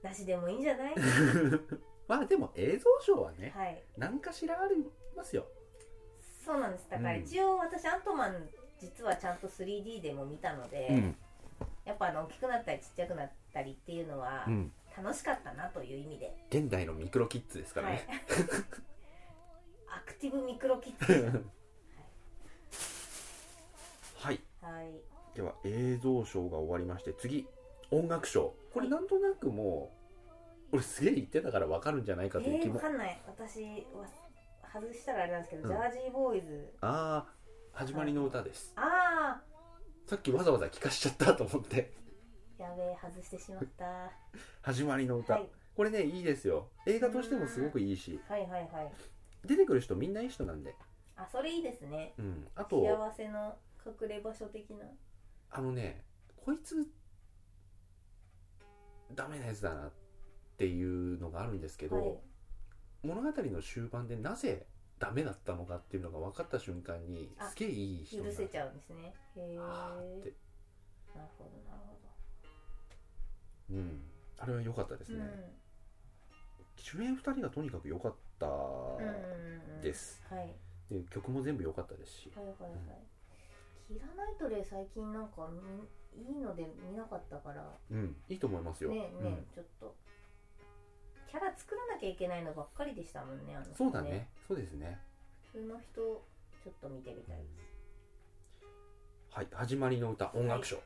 [SPEAKER 2] なしでもいいんじゃない
[SPEAKER 1] まあでも映像賞はね
[SPEAKER 2] はい
[SPEAKER 1] 何かしらありますよ
[SPEAKER 2] そうなんですだから
[SPEAKER 1] うん
[SPEAKER 2] 一応私アントマン実はちゃんと 3D でも見たので、
[SPEAKER 1] うん
[SPEAKER 2] やっぱあの大きくなったりちっちゃくなったりっていうのは
[SPEAKER 1] うん
[SPEAKER 2] 楽しかったなという意味で、
[SPEAKER 1] 現代のミクロキッズですから
[SPEAKER 2] は い
[SPEAKER 1] ね、
[SPEAKER 2] アクティブミクロキ ッズでし
[SPEAKER 1] はい
[SPEAKER 2] たはい
[SPEAKER 1] では映像賞が終わりまして次音楽賞これなんとなくもう俺すげえ言ってたから分かるんじゃないかという
[SPEAKER 2] え
[SPEAKER 1] 気
[SPEAKER 2] ー、わ
[SPEAKER 1] も、
[SPEAKER 2] かんない私は外したらあれなんですけど、
[SPEAKER 1] うん
[SPEAKER 2] ジャージーボーイズ
[SPEAKER 1] ああ始まりの歌です
[SPEAKER 2] ああ
[SPEAKER 1] さっきわざわざ聞かしちゃったと思って
[SPEAKER 2] やべえ外してしまった、は
[SPEAKER 1] 始まりの
[SPEAKER 2] い、
[SPEAKER 1] 歌、
[SPEAKER 2] はい
[SPEAKER 1] これねいいですよ映画としてもすごくいいし
[SPEAKER 2] はいはいはい
[SPEAKER 1] 出てくる人みんないい人なんで
[SPEAKER 2] あそれいいですね
[SPEAKER 1] うんあ
[SPEAKER 2] 幸
[SPEAKER 1] と
[SPEAKER 2] せの隠れ場所的な
[SPEAKER 1] あのねこいつダメなやつだなっていうのがあるんですけど、
[SPEAKER 2] はい
[SPEAKER 1] 物語の終盤でなぜダメだったのかっていうのが分かった瞬間に
[SPEAKER 2] あ
[SPEAKER 1] すげえいい人
[SPEAKER 2] 許
[SPEAKER 1] にな
[SPEAKER 2] せ
[SPEAKER 1] る
[SPEAKER 2] ちゃうんですねへえ
[SPEAKER 1] あーって
[SPEAKER 2] なるほどなるほど
[SPEAKER 1] うんあれは良かったですね、主演2人がとにかく良かった
[SPEAKER 2] うんうんうんうん
[SPEAKER 1] です、
[SPEAKER 2] はいはい
[SPEAKER 1] で曲も全部良かったですし
[SPEAKER 2] はいはい、キラナイトレイ最近なんかみいいので見なかったから
[SPEAKER 1] うんいいと思いますよ、
[SPEAKER 2] ねね、
[SPEAKER 1] うん
[SPEAKER 2] ちょっとキャラ作らなきゃいけないのばっかりでしたもんねあの人
[SPEAKER 1] そうだねそうですね
[SPEAKER 2] 普通の人ちょっと見てみたいで
[SPEAKER 1] はい始まりの歌音楽賞、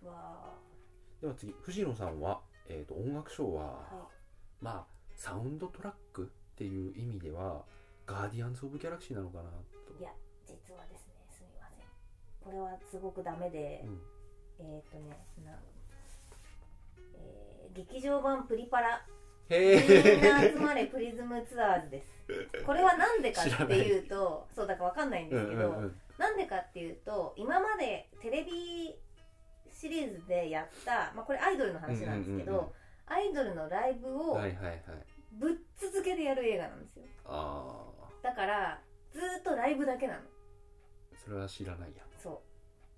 [SPEAKER 2] すわ
[SPEAKER 1] では次藤野さんは、えー、と音楽賞は、
[SPEAKER 2] あは
[SPEAKER 1] まあサウンドトラックっていう意味ではガーディアンズ・オブ・ギャラクシーなのかなと
[SPEAKER 2] いやい実はですねすみませんこれはすごくダメで、
[SPEAKER 1] うん
[SPEAKER 2] えっ、ー、とねなえー劇場版プリパラみん
[SPEAKER 1] へえ
[SPEAKER 2] な集まれプリズムツアーズですこれはなんでかっていうとそうだからわかんないん
[SPEAKER 1] う
[SPEAKER 2] で
[SPEAKER 1] ん
[SPEAKER 2] す
[SPEAKER 1] う
[SPEAKER 2] け
[SPEAKER 1] ん
[SPEAKER 2] ど、
[SPEAKER 1] うん
[SPEAKER 2] なんでかっていうと今までテレビシリーズでやった、まあ、これアイドルの話なんですけど、
[SPEAKER 1] うんうんうんうん
[SPEAKER 2] アイドルのライブを
[SPEAKER 1] はいはいはい
[SPEAKER 2] ぶっ続けでやる映画なんですよ
[SPEAKER 1] ああ
[SPEAKER 2] だからずーっとライブだけなの
[SPEAKER 1] それは知らないや
[SPEAKER 2] そ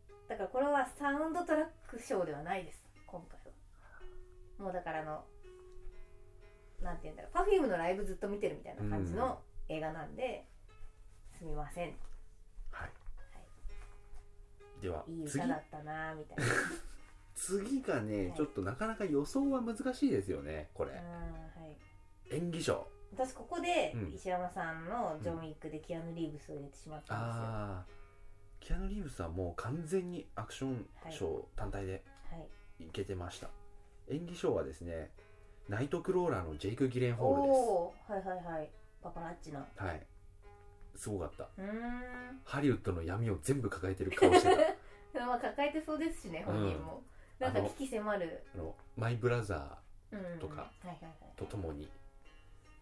[SPEAKER 2] うだからこれはサウンドトラックショーではないです今回はもうだからあのなんて言うんだろう Perfume のライブずっと見てるみたいな感じの映画なんで、すみません
[SPEAKER 1] はい、ではい
[SPEAKER 2] い
[SPEAKER 1] 次
[SPEAKER 2] 歌だったなーみたいな
[SPEAKER 1] 次がね、
[SPEAKER 2] はい
[SPEAKER 1] ちょっとなかなか予想は難しいですよねこれ、
[SPEAKER 2] うんはい
[SPEAKER 1] 演技賞
[SPEAKER 2] 私ここで
[SPEAKER 1] うん
[SPEAKER 2] 石山さんのジョン・ウィックでキアヌ・リーブスを入れてしまったんですよ、
[SPEAKER 1] ああキアヌ・リーブスはもう完全にアクション賞単体で
[SPEAKER 2] はい、
[SPEAKER 1] いけてました、演技賞はですねナイトクローラーのジェイク・ギレンホールで
[SPEAKER 2] おおーはいはいはいパパラッチな
[SPEAKER 1] すはいすごかった
[SPEAKER 2] うーん
[SPEAKER 1] ハリウッドの闇を全部抱えてる顔してた
[SPEAKER 2] まあ抱えてそうですしね本人も、
[SPEAKER 1] うん
[SPEAKER 2] なんか危機迫る
[SPEAKER 1] あのマイ・ブラザ
[SPEAKER 2] うん
[SPEAKER 1] とか
[SPEAKER 2] はいはいはい
[SPEAKER 1] ーと共に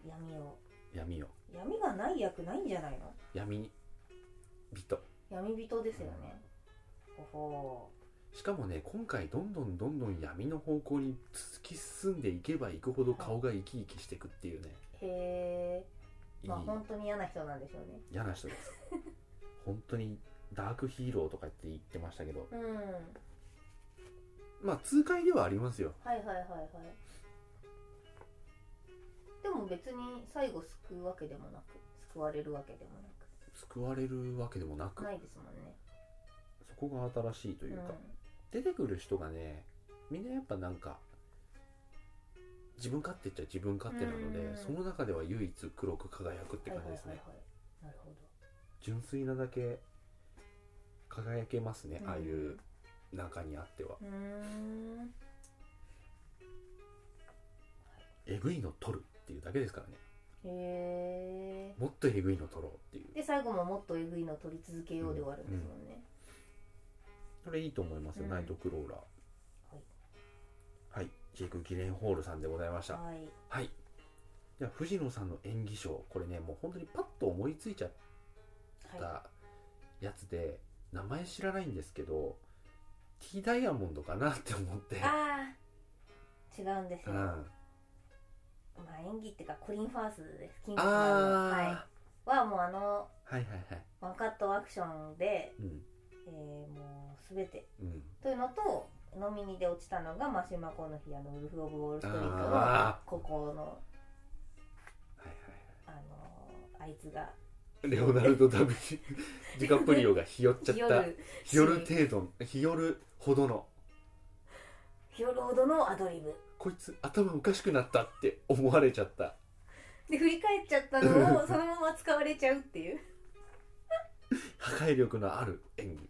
[SPEAKER 2] 闇を
[SPEAKER 1] 闇を
[SPEAKER 2] 闇がない役ないんじゃないの
[SPEAKER 1] 闇人
[SPEAKER 2] 闇人ですよね、ほほ
[SPEAKER 1] しかもね今回どんどんどんどん闇の方向に突き進んでいけばいくほど顔が生き生きしていくっていうね、
[SPEAKER 2] うへ
[SPEAKER 1] い
[SPEAKER 2] え
[SPEAKER 1] い
[SPEAKER 2] まあ本当に嫌な人なんでしょうね
[SPEAKER 1] 嫌な人です本当にダークヒーローとかって言ってましたけど
[SPEAKER 2] うん
[SPEAKER 1] まあ痛快ではありますよ
[SPEAKER 2] はいはいはいはいでも別に最後救うわけでもなく救われるわけでもな
[SPEAKER 1] 救われるわけでもな
[SPEAKER 2] く
[SPEAKER 1] く、
[SPEAKER 2] ないですもんね
[SPEAKER 1] そこが新しいというか、出てくる人がねみんなやっぱなんか自分勝手っちゃ自分勝手なので、
[SPEAKER 2] うん
[SPEAKER 1] その中では唯一黒く輝くって
[SPEAKER 2] うん、
[SPEAKER 1] 感じですね、
[SPEAKER 2] はいはいはいはいなるほど
[SPEAKER 1] 純粋なだけ輝けますね、
[SPEAKER 2] うん
[SPEAKER 1] ああいう中にあっては
[SPEAKER 2] うーん
[SPEAKER 1] えぐいの取るっていうだけですからね
[SPEAKER 2] へ
[SPEAKER 1] もっとえぐいの取ろうっていう
[SPEAKER 2] えで最後ももっとえぐいのを取り続けようで終わるんですもんね、
[SPEAKER 1] それいいと思いますよ、
[SPEAKER 2] うん
[SPEAKER 1] ナイトクローラーはいジェイク・ギレンホールさんでございました
[SPEAKER 2] はい
[SPEAKER 1] はいでは藤野さんの演技賞これねもう本当にパッと思いついちゃっ
[SPEAKER 2] はい
[SPEAKER 1] たやつで、名前知らないんですけど T ダイヤモンドかなって思って
[SPEAKER 2] ああ違うんです
[SPEAKER 1] う
[SPEAKER 2] よ、
[SPEAKER 1] ん、あ
[SPEAKER 2] まあ、演技っていうかコリン・ファースですキングスマンのはい
[SPEAKER 1] あ、
[SPEAKER 2] はもうあの
[SPEAKER 1] はい、はいはいはい
[SPEAKER 2] ワンカットアクションで、
[SPEAKER 1] うん
[SPEAKER 2] えー、もう全て
[SPEAKER 1] うん
[SPEAKER 2] というのとノミニで落ちたのがマシューマコーの日あのウルフ・オブ・ウォール・ストリートの
[SPEAKER 1] あ
[SPEAKER 2] ここの
[SPEAKER 1] あはいはいはい
[SPEAKER 2] あのーあいつが
[SPEAKER 1] レオナルド・ダブリディカプリオがひよっちゃ
[SPEAKER 2] 日
[SPEAKER 1] っ
[SPEAKER 2] 和
[SPEAKER 1] た
[SPEAKER 2] る
[SPEAKER 1] ひよる程度のひよるほどの
[SPEAKER 2] 日和るほどのアドリブ
[SPEAKER 1] こいつ頭おかしくなったって思われちゃった
[SPEAKER 2] で振り返っちゃった のをそのまま使われちゃうっていう、
[SPEAKER 1] 破壊力のある演技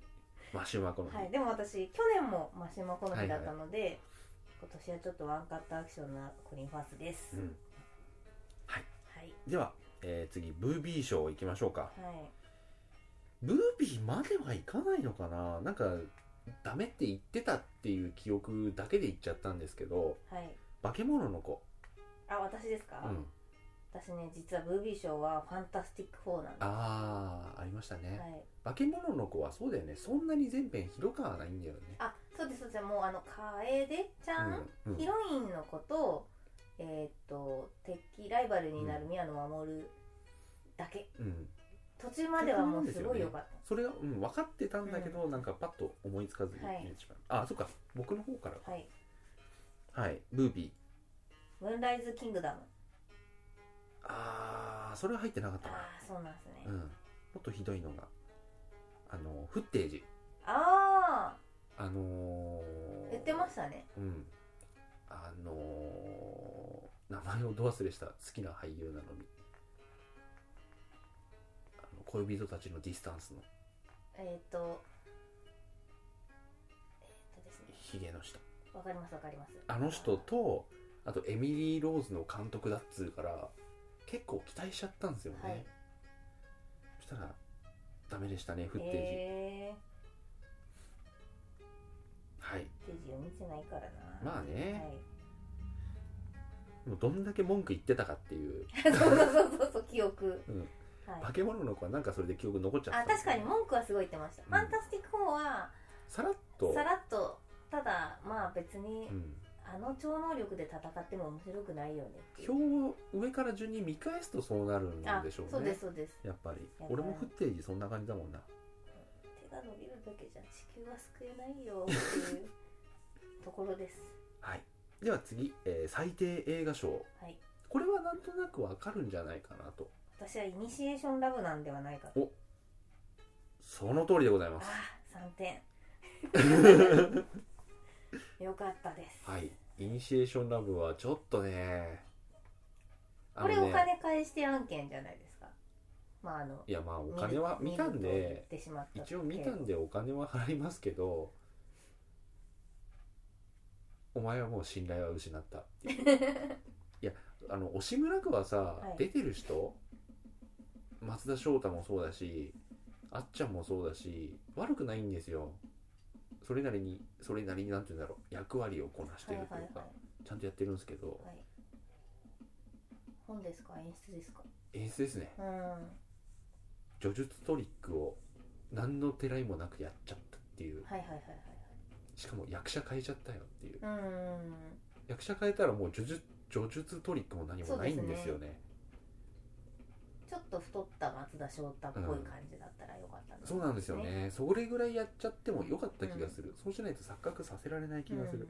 [SPEAKER 1] マシュマコの日、
[SPEAKER 2] はい、でも私去年もマシューマコーの日だったので、今年はちょっとワンカットアクションなコリン・ファースです、
[SPEAKER 1] うん
[SPEAKER 2] はい
[SPEAKER 1] では、えー次ブービー賞いきましょうか
[SPEAKER 2] はい
[SPEAKER 1] ブービーまではいかないのかななんかダメって言ってたっていう記憶だけで言っちゃったんですけど
[SPEAKER 2] はい
[SPEAKER 1] 化け物の子、
[SPEAKER 2] あ私ですか、
[SPEAKER 1] うん、
[SPEAKER 2] 私ね実はブービー賞はファンタスティック4なんで
[SPEAKER 1] ああありました
[SPEAKER 2] す
[SPEAKER 1] ね、
[SPEAKER 2] は
[SPEAKER 1] 化
[SPEAKER 2] い、
[SPEAKER 1] け物の子はそうだよねそんなに全編ひどくはないんだよね
[SPEAKER 2] あそうですそうですもうあの楓ちゃん、
[SPEAKER 1] うんうん
[SPEAKER 2] ヒロインの子とえーっと敵ライバルになる宮野真守だけ、
[SPEAKER 1] うん、
[SPEAKER 2] 途中まではもうすごい良かっ
[SPEAKER 1] それは、うん、分かってたんだけど、なんかパッと思いつかずに
[SPEAKER 2] はい
[SPEAKER 1] 見てしまう、あそっか僕の方から
[SPEAKER 2] た、はい
[SPEAKER 1] はいブービー
[SPEAKER 2] ムーンライズ・キングダム
[SPEAKER 1] ああそれは入ってなかった
[SPEAKER 2] あ
[SPEAKER 1] な
[SPEAKER 2] あそうなんですね、
[SPEAKER 1] うんもっとひどいのがあのフッテージ
[SPEAKER 2] ああ
[SPEAKER 1] あのー、
[SPEAKER 2] 言ってましたね
[SPEAKER 1] うんあのー、名前をど忘れした好きな俳優なのにあの恋人たちのディスタンスの
[SPEAKER 2] えーっとえーっとですね
[SPEAKER 1] ヒゲの下
[SPEAKER 2] わかりますわかります
[SPEAKER 1] あの人とあとエミリー・ローズの監督だっつうから結構期待しちゃったんですよね、
[SPEAKER 2] はい
[SPEAKER 1] そしたらダメでしたねフッテージ、
[SPEAKER 2] えー
[SPEAKER 1] はい
[SPEAKER 2] ページを見てないからな
[SPEAKER 1] まあね
[SPEAKER 2] はい
[SPEAKER 1] もうどんだけ文句言ってたかっていう、
[SPEAKER 2] そうそうそうそうそう記憶、
[SPEAKER 1] うん
[SPEAKER 2] はい
[SPEAKER 1] 化、け物の子はなんかそれで記憶残っちゃった
[SPEAKER 2] あ
[SPEAKER 1] んで
[SPEAKER 2] 確
[SPEAKER 1] すよ
[SPEAKER 2] かに文句はすごい言ってました「
[SPEAKER 1] ん
[SPEAKER 2] ファンタスティック4」は
[SPEAKER 1] さらっと
[SPEAKER 2] さらっとただまあ別に
[SPEAKER 1] うん
[SPEAKER 2] あの超能力で戦っても面白くないよねっていう
[SPEAKER 1] 表を上から順に見返すとそうなるん
[SPEAKER 2] あ
[SPEAKER 1] でしょ
[SPEAKER 2] そううで
[SPEAKER 1] ね
[SPEAKER 2] すそうです
[SPEAKER 1] やっぱり
[SPEAKER 2] ぱり
[SPEAKER 1] 俺もフッテージそんな感じだもんな
[SPEAKER 2] 手が伸びるだけじゃ地球は救えないよって いうところです
[SPEAKER 1] はいでは次、えー最低映画賞
[SPEAKER 2] はい
[SPEAKER 1] これはなんとなくわかるんじゃないかなと
[SPEAKER 2] 私はイニシエーションラブなんではないかと
[SPEAKER 1] その通りでござい
[SPEAKER 2] あ
[SPEAKER 1] ます
[SPEAKER 2] あ3点 よかったです、
[SPEAKER 1] はいイニシエーションラブはちょっとねあ
[SPEAKER 2] こ
[SPEAKER 1] のね
[SPEAKER 2] れお金返して案件じゃないですかまああの
[SPEAKER 1] いやまあお金は見たん
[SPEAKER 2] 見ると言っ
[SPEAKER 1] で
[SPEAKER 2] てしまった
[SPEAKER 1] 一応見たんでお金は払いますけどお前はもう信頼は失ったっていう いやあの押村区はさ、
[SPEAKER 2] い
[SPEAKER 1] 出てる人松田翔太もそうだしあっちゃんもそうだし悪くないんですよそれなりにそれなりになんて言うんだろう役割をこなして
[SPEAKER 2] はい
[SPEAKER 1] る
[SPEAKER 2] は
[SPEAKER 1] と
[SPEAKER 2] い
[SPEAKER 1] いうか、
[SPEAKER 2] はい
[SPEAKER 1] ちゃんとやってるんですけど
[SPEAKER 2] はい、本ですか演出ですか
[SPEAKER 1] 演出ですね
[SPEAKER 2] うん
[SPEAKER 1] 叙述トリックを何のてらいもなくやっちゃったっていう
[SPEAKER 2] はいはいはい
[SPEAKER 1] しかも役者変えちゃったよっていう
[SPEAKER 2] はいはいうん
[SPEAKER 1] 役者変えたらもう叙述叙述トリックも何もないんですよね
[SPEAKER 2] ちょっと太った松田翔太っぽい感じだったらよかった
[SPEAKER 1] そうなんですよねそれぐらいやっちゃってもよかった気がする、そうしないと錯覚させられない気がする、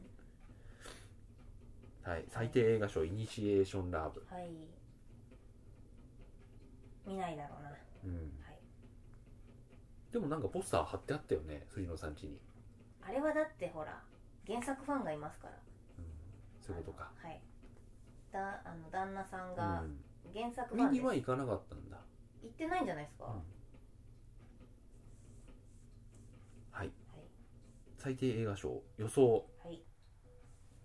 [SPEAKER 1] はい最低映画賞イニシエーションラブ、
[SPEAKER 2] うんはい見ないだろうな
[SPEAKER 1] うん
[SPEAKER 2] はい
[SPEAKER 1] でもなんかポスター貼ってあったよね藤野さん家に、
[SPEAKER 2] あれはだってほら原作ファンがいますから
[SPEAKER 1] うん、そういうことか、
[SPEAKER 2] はいだあの旦那さん
[SPEAKER 1] う
[SPEAKER 2] が
[SPEAKER 1] ん、
[SPEAKER 2] 原作ファン
[SPEAKER 1] 見
[SPEAKER 2] で
[SPEAKER 1] には行かなかったんだ
[SPEAKER 2] 言ってないんじゃないですか、
[SPEAKER 1] うんはい
[SPEAKER 2] はい
[SPEAKER 1] 最低映画賞予想
[SPEAKER 2] はい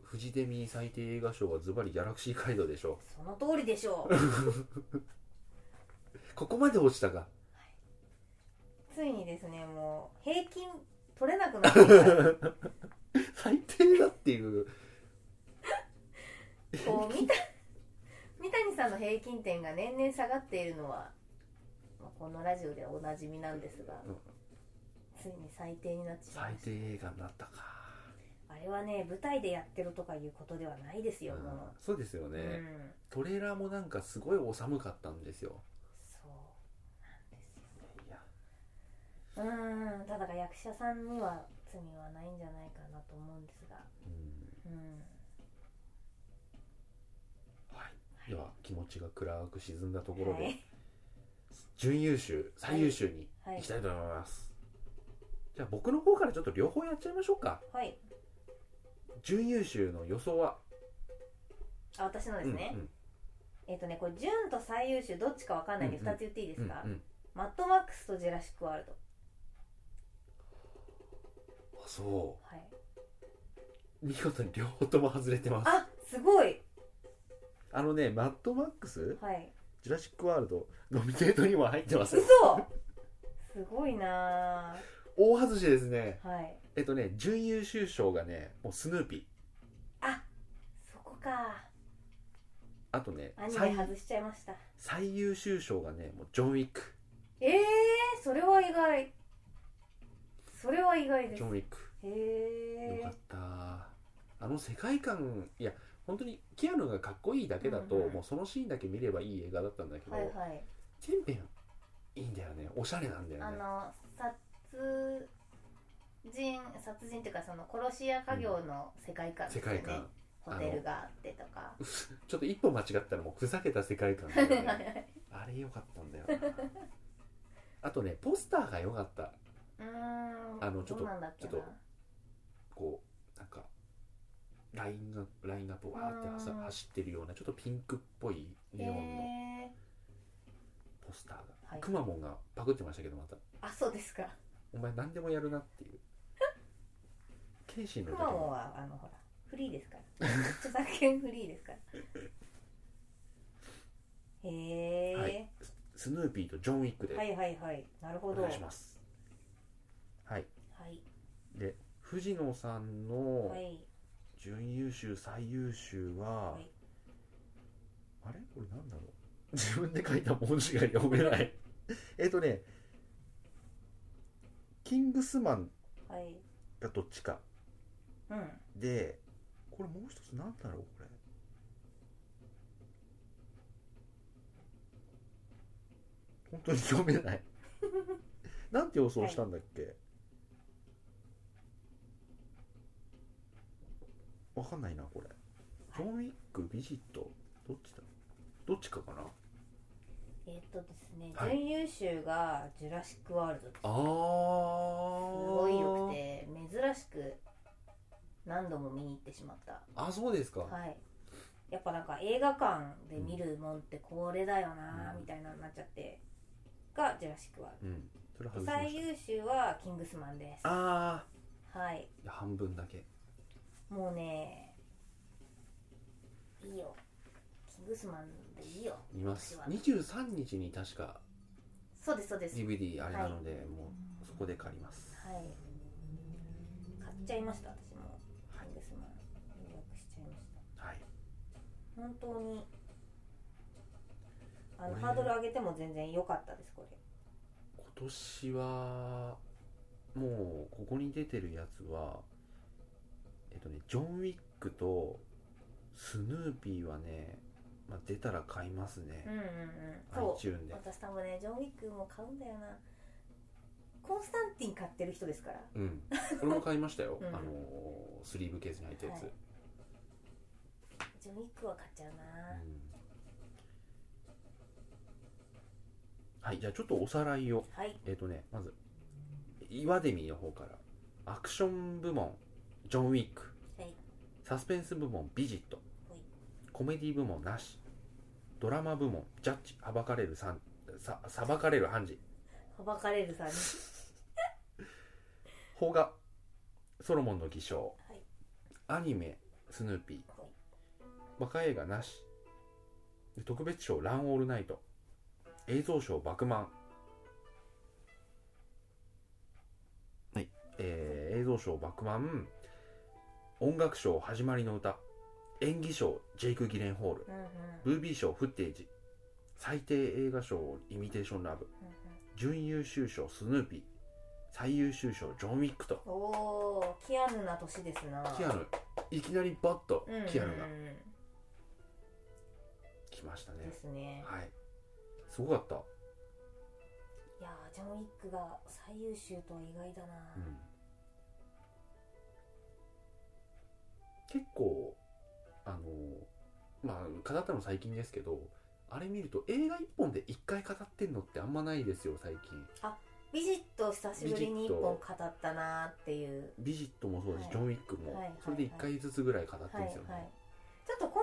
[SPEAKER 1] フジデミー最低映画賞はズバリギャラクシー街道でしょ
[SPEAKER 2] その通りでしょう
[SPEAKER 1] ここまで落ち たか
[SPEAKER 2] ついにですねもう平均取れなくなって きた
[SPEAKER 1] 最低だっていう
[SPEAKER 2] こう三谷三谷さんの平均点が年々下がっているのは、まあこのラジオではおなじみなんですが、
[SPEAKER 1] うん
[SPEAKER 2] ついに最低になってしま
[SPEAKER 1] 最
[SPEAKER 2] いまし
[SPEAKER 1] 低映画になったか、
[SPEAKER 2] たあれはね舞台でやってるとかいうことではないですよ、
[SPEAKER 1] うん
[SPEAKER 2] も
[SPEAKER 1] そうですよ
[SPEAKER 2] う、
[SPEAKER 1] ね、
[SPEAKER 2] うん、
[SPEAKER 1] トレーラーもなんかすごい寒かったんですよ
[SPEAKER 2] そうなん
[SPEAKER 1] いや
[SPEAKER 2] ですようんただ役者さんには罪はないんじゃないかなと思うんですが
[SPEAKER 1] うん
[SPEAKER 2] うん
[SPEAKER 1] はいでは気持ちが暗く沈んだところで、
[SPEAKER 2] はい
[SPEAKER 1] 準優秀最優秀に
[SPEAKER 2] はい
[SPEAKER 1] いきたいと思います、じゃあ僕の方からちょっと両方やっちゃいましょうか
[SPEAKER 2] はい
[SPEAKER 1] 準優秀の予想は
[SPEAKER 2] あ私のですね、
[SPEAKER 1] うん
[SPEAKER 2] えっ、とねこれ準と最優秀どっちかわかんないんで
[SPEAKER 1] うんうん
[SPEAKER 2] 2つ言っていいです
[SPEAKER 1] うん
[SPEAKER 2] か、
[SPEAKER 1] うんうん
[SPEAKER 2] マッドマックスとジェラシックワールド
[SPEAKER 1] あそ
[SPEAKER 2] はい、
[SPEAKER 1] う見事に両方とも外れてます
[SPEAKER 2] あすごい
[SPEAKER 1] あのねマッドマックス
[SPEAKER 2] はい
[SPEAKER 1] ジュラシック・ワールドノミネートにも入ってます
[SPEAKER 2] 嘘すごいな
[SPEAKER 1] 大外しですね
[SPEAKER 2] ーはい
[SPEAKER 1] えっとね準優秀賞がねもうスヌーピー
[SPEAKER 2] そこか
[SPEAKER 1] あとね
[SPEAKER 2] アニメ
[SPEAKER 1] 最
[SPEAKER 2] 外しちゃいました
[SPEAKER 1] 最優秀賞がねもうジョン・ウィック
[SPEAKER 2] ええー、それは意外それは意外で
[SPEAKER 1] ジ
[SPEAKER 2] す
[SPEAKER 1] ョン・
[SPEAKER 2] へ
[SPEAKER 1] ウィックよ
[SPEAKER 2] え
[SPEAKER 1] かったあの世界観いや本当にキアヌがかっこいいだけだと、
[SPEAKER 2] うんうん
[SPEAKER 1] もうそのシーンだけ見ればいい映画だったんだけど、
[SPEAKER 2] はいはい
[SPEAKER 1] 全編いいんだよねおしゃれなんだよ
[SPEAKER 2] あ
[SPEAKER 1] ね
[SPEAKER 2] の殺人殺人っていうかその殺し屋家業の世界観です
[SPEAKER 1] 世
[SPEAKER 2] よね、
[SPEAKER 1] 界観
[SPEAKER 2] ホテルがあってとか
[SPEAKER 1] ちょっと一歩間違ったらもうふざけた世界観だ
[SPEAKER 2] はい
[SPEAKER 1] よ
[SPEAKER 2] は
[SPEAKER 1] ね
[SPEAKER 2] いはい
[SPEAKER 1] あれ良かったんだよな あとねポスターが良かった
[SPEAKER 2] うーん
[SPEAKER 1] あのちょっと
[SPEAKER 2] どうなんだっけな
[SPEAKER 1] ちょっとこうなんかラインがラインナップわーって走
[SPEAKER 2] うん
[SPEAKER 1] 走ってるようなちょっとピンクっぽい
[SPEAKER 2] へ
[SPEAKER 1] ネオンの
[SPEAKER 2] え
[SPEAKER 1] ポスターが、
[SPEAKER 2] はい
[SPEAKER 1] くまモンがパクってましたけどまた
[SPEAKER 2] あそうですか
[SPEAKER 1] お前何でもやるなっていうケイシーの
[SPEAKER 2] く
[SPEAKER 1] 歌
[SPEAKER 2] まモン
[SPEAKER 1] も
[SPEAKER 2] はあのほらフリーで すから著作権フリーですからへえ、
[SPEAKER 1] はいスヌーピーとジョン・ウィック
[SPEAKER 2] は
[SPEAKER 1] で
[SPEAKER 2] いはいはいなる
[SPEAKER 1] お
[SPEAKER 2] ほど
[SPEAKER 1] 願いしますはい
[SPEAKER 2] はい
[SPEAKER 1] で藤野さんの
[SPEAKER 2] はい
[SPEAKER 1] 準優秀最優秀は、
[SPEAKER 2] はい
[SPEAKER 1] あれこれなんだろう 自分で書いた文字が読めない えっとね「キングスマン
[SPEAKER 2] はい
[SPEAKER 1] がどっちか
[SPEAKER 2] うん
[SPEAKER 1] でこれもう一つなんだろうこれ本当に読めない なんて予想したんだっけ、わかんないなこれジョン・ウィック・ビジットどっちだどっちかかな
[SPEAKER 2] えっとですね、
[SPEAKER 1] はい
[SPEAKER 2] 準優秀が「ジュラシック・ワールド」って
[SPEAKER 1] あ
[SPEAKER 2] す
[SPEAKER 1] ー
[SPEAKER 2] ごい良くて珍しく何度も見に行ってしまった
[SPEAKER 1] あそうですか、
[SPEAKER 2] はいやっぱなんか映画館で見るもんってこれだよなーみたいなのになっちゃってが「ジュラシック・ワール
[SPEAKER 1] うんそれ
[SPEAKER 2] ド」
[SPEAKER 1] 外しま
[SPEAKER 2] 最
[SPEAKER 1] し
[SPEAKER 2] 優秀は「キングスマン」です
[SPEAKER 1] たあ
[SPEAKER 2] はい
[SPEAKER 1] ーいや半分だけ
[SPEAKER 2] もうねいいよキングスマンでいいよ
[SPEAKER 1] 見ます
[SPEAKER 2] 私は
[SPEAKER 1] 23日に確か
[SPEAKER 2] そうですそうですはい
[SPEAKER 1] DVD あれなので、もうそこで借ります
[SPEAKER 2] 買っちゃいました私もキングスマン予約しちゃいました
[SPEAKER 1] はい
[SPEAKER 2] 本当にあの
[SPEAKER 1] 俺
[SPEAKER 2] ハードル上げても全然良かったですこれ
[SPEAKER 1] 今年はもうここに出てるやつはえっとねジョン・ウィックとスヌーピーはね、まあ、出たら買います
[SPEAKER 2] う
[SPEAKER 1] ね、
[SPEAKER 2] んうんうんそう
[SPEAKER 1] iTune で
[SPEAKER 2] 私多分ねジョン・ウィックも買うんだよなコンスタンティン買ってる人ですから
[SPEAKER 1] うんこれも買いましたよ、
[SPEAKER 2] うん
[SPEAKER 1] あのースリーブケースに入ったやつ、
[SPEAKER 2] はいジョン・ウィックは買っちゃうな
[SPEAKER 1] うんはいじゃあちょっとおさらいを
[SPEAKER 2] はい
[SPEAKER 1] えっ、とね、まず、岩デミの方から、アクション部門、ジョン・ウィック、
[SPEAKER 2] はい
[SPEAKER 1] サスペンス部門、ビジット
[SPEAKER 2] はい、
[SPEAKER 1] コメディ部門、なし、ドラマ部門、ジャッジ、はばかれるさん、さ、裁かれる判事、
[SPEAKER 2] はばかれるさんに
[SPEAKER 1] 邦画、ソロモンの偽証、
[SPEAKER 2] はい
[SPEAKER 1] アニメ、スヌーピ
[SPEAKER 2] はい
[SPEAKER 1] ー、バカ映画なし、で特別賞、ラン・オールナイト、映像賞、バクマン、はい、えー映像賞、バクマン、音楽賞、始まりの歌、演技賞、ジェイク・ギレンホール、
[SPEAKER 2] うんうんうん
[SPEAKER 1] ブービー賞、フッテージ、最低映画賞、イミテーション・ラブ、準優秀賞、スヌーピー、最優秀賞、ジョン・ウィックと、
[SPEAKER 2] うんおーキアヌな年ですな
[SPEAKER 1] キアヌ、いきなりバッと
[SPEAKER 2] うんうんうん
[SPEAKER 1] キアヌが来ましたね。
[SPEAKER 2] ですね
[SPEAKER 1] はい。すごかった。
[SPEAKER 2] いやージョン・ウィックが最優秀とは意外だな
[SPEAKER 1] うん結構、あのまあ、語ったの最近ですけど、あれ見ると映画一本で一回語ってんのってあんまないですよ、最近。
[SPEAKER 2] ビジット久しぶりに
[SPEAKER 1] ビ
[SPEAKER 2] 一
[SPEAKER 1] ジット
[SPEAKER 2] 本語ったなーっていう
[SPEAKER 1] ビジットもそうだし、
[SPEAKER 2] はい
[SPEAKER 1] ジョン・ウィックも、
[SPEAKER 2] はいはい
[SPEAKER 1] それで一回ずつぐらい語って
[SPEAKER 2] はい
[SPEAKER 1] るん
[SPEAKER 2] はい
[SPEAKER 1] ですよね。
[SPEAKER 2] ちょっと今後は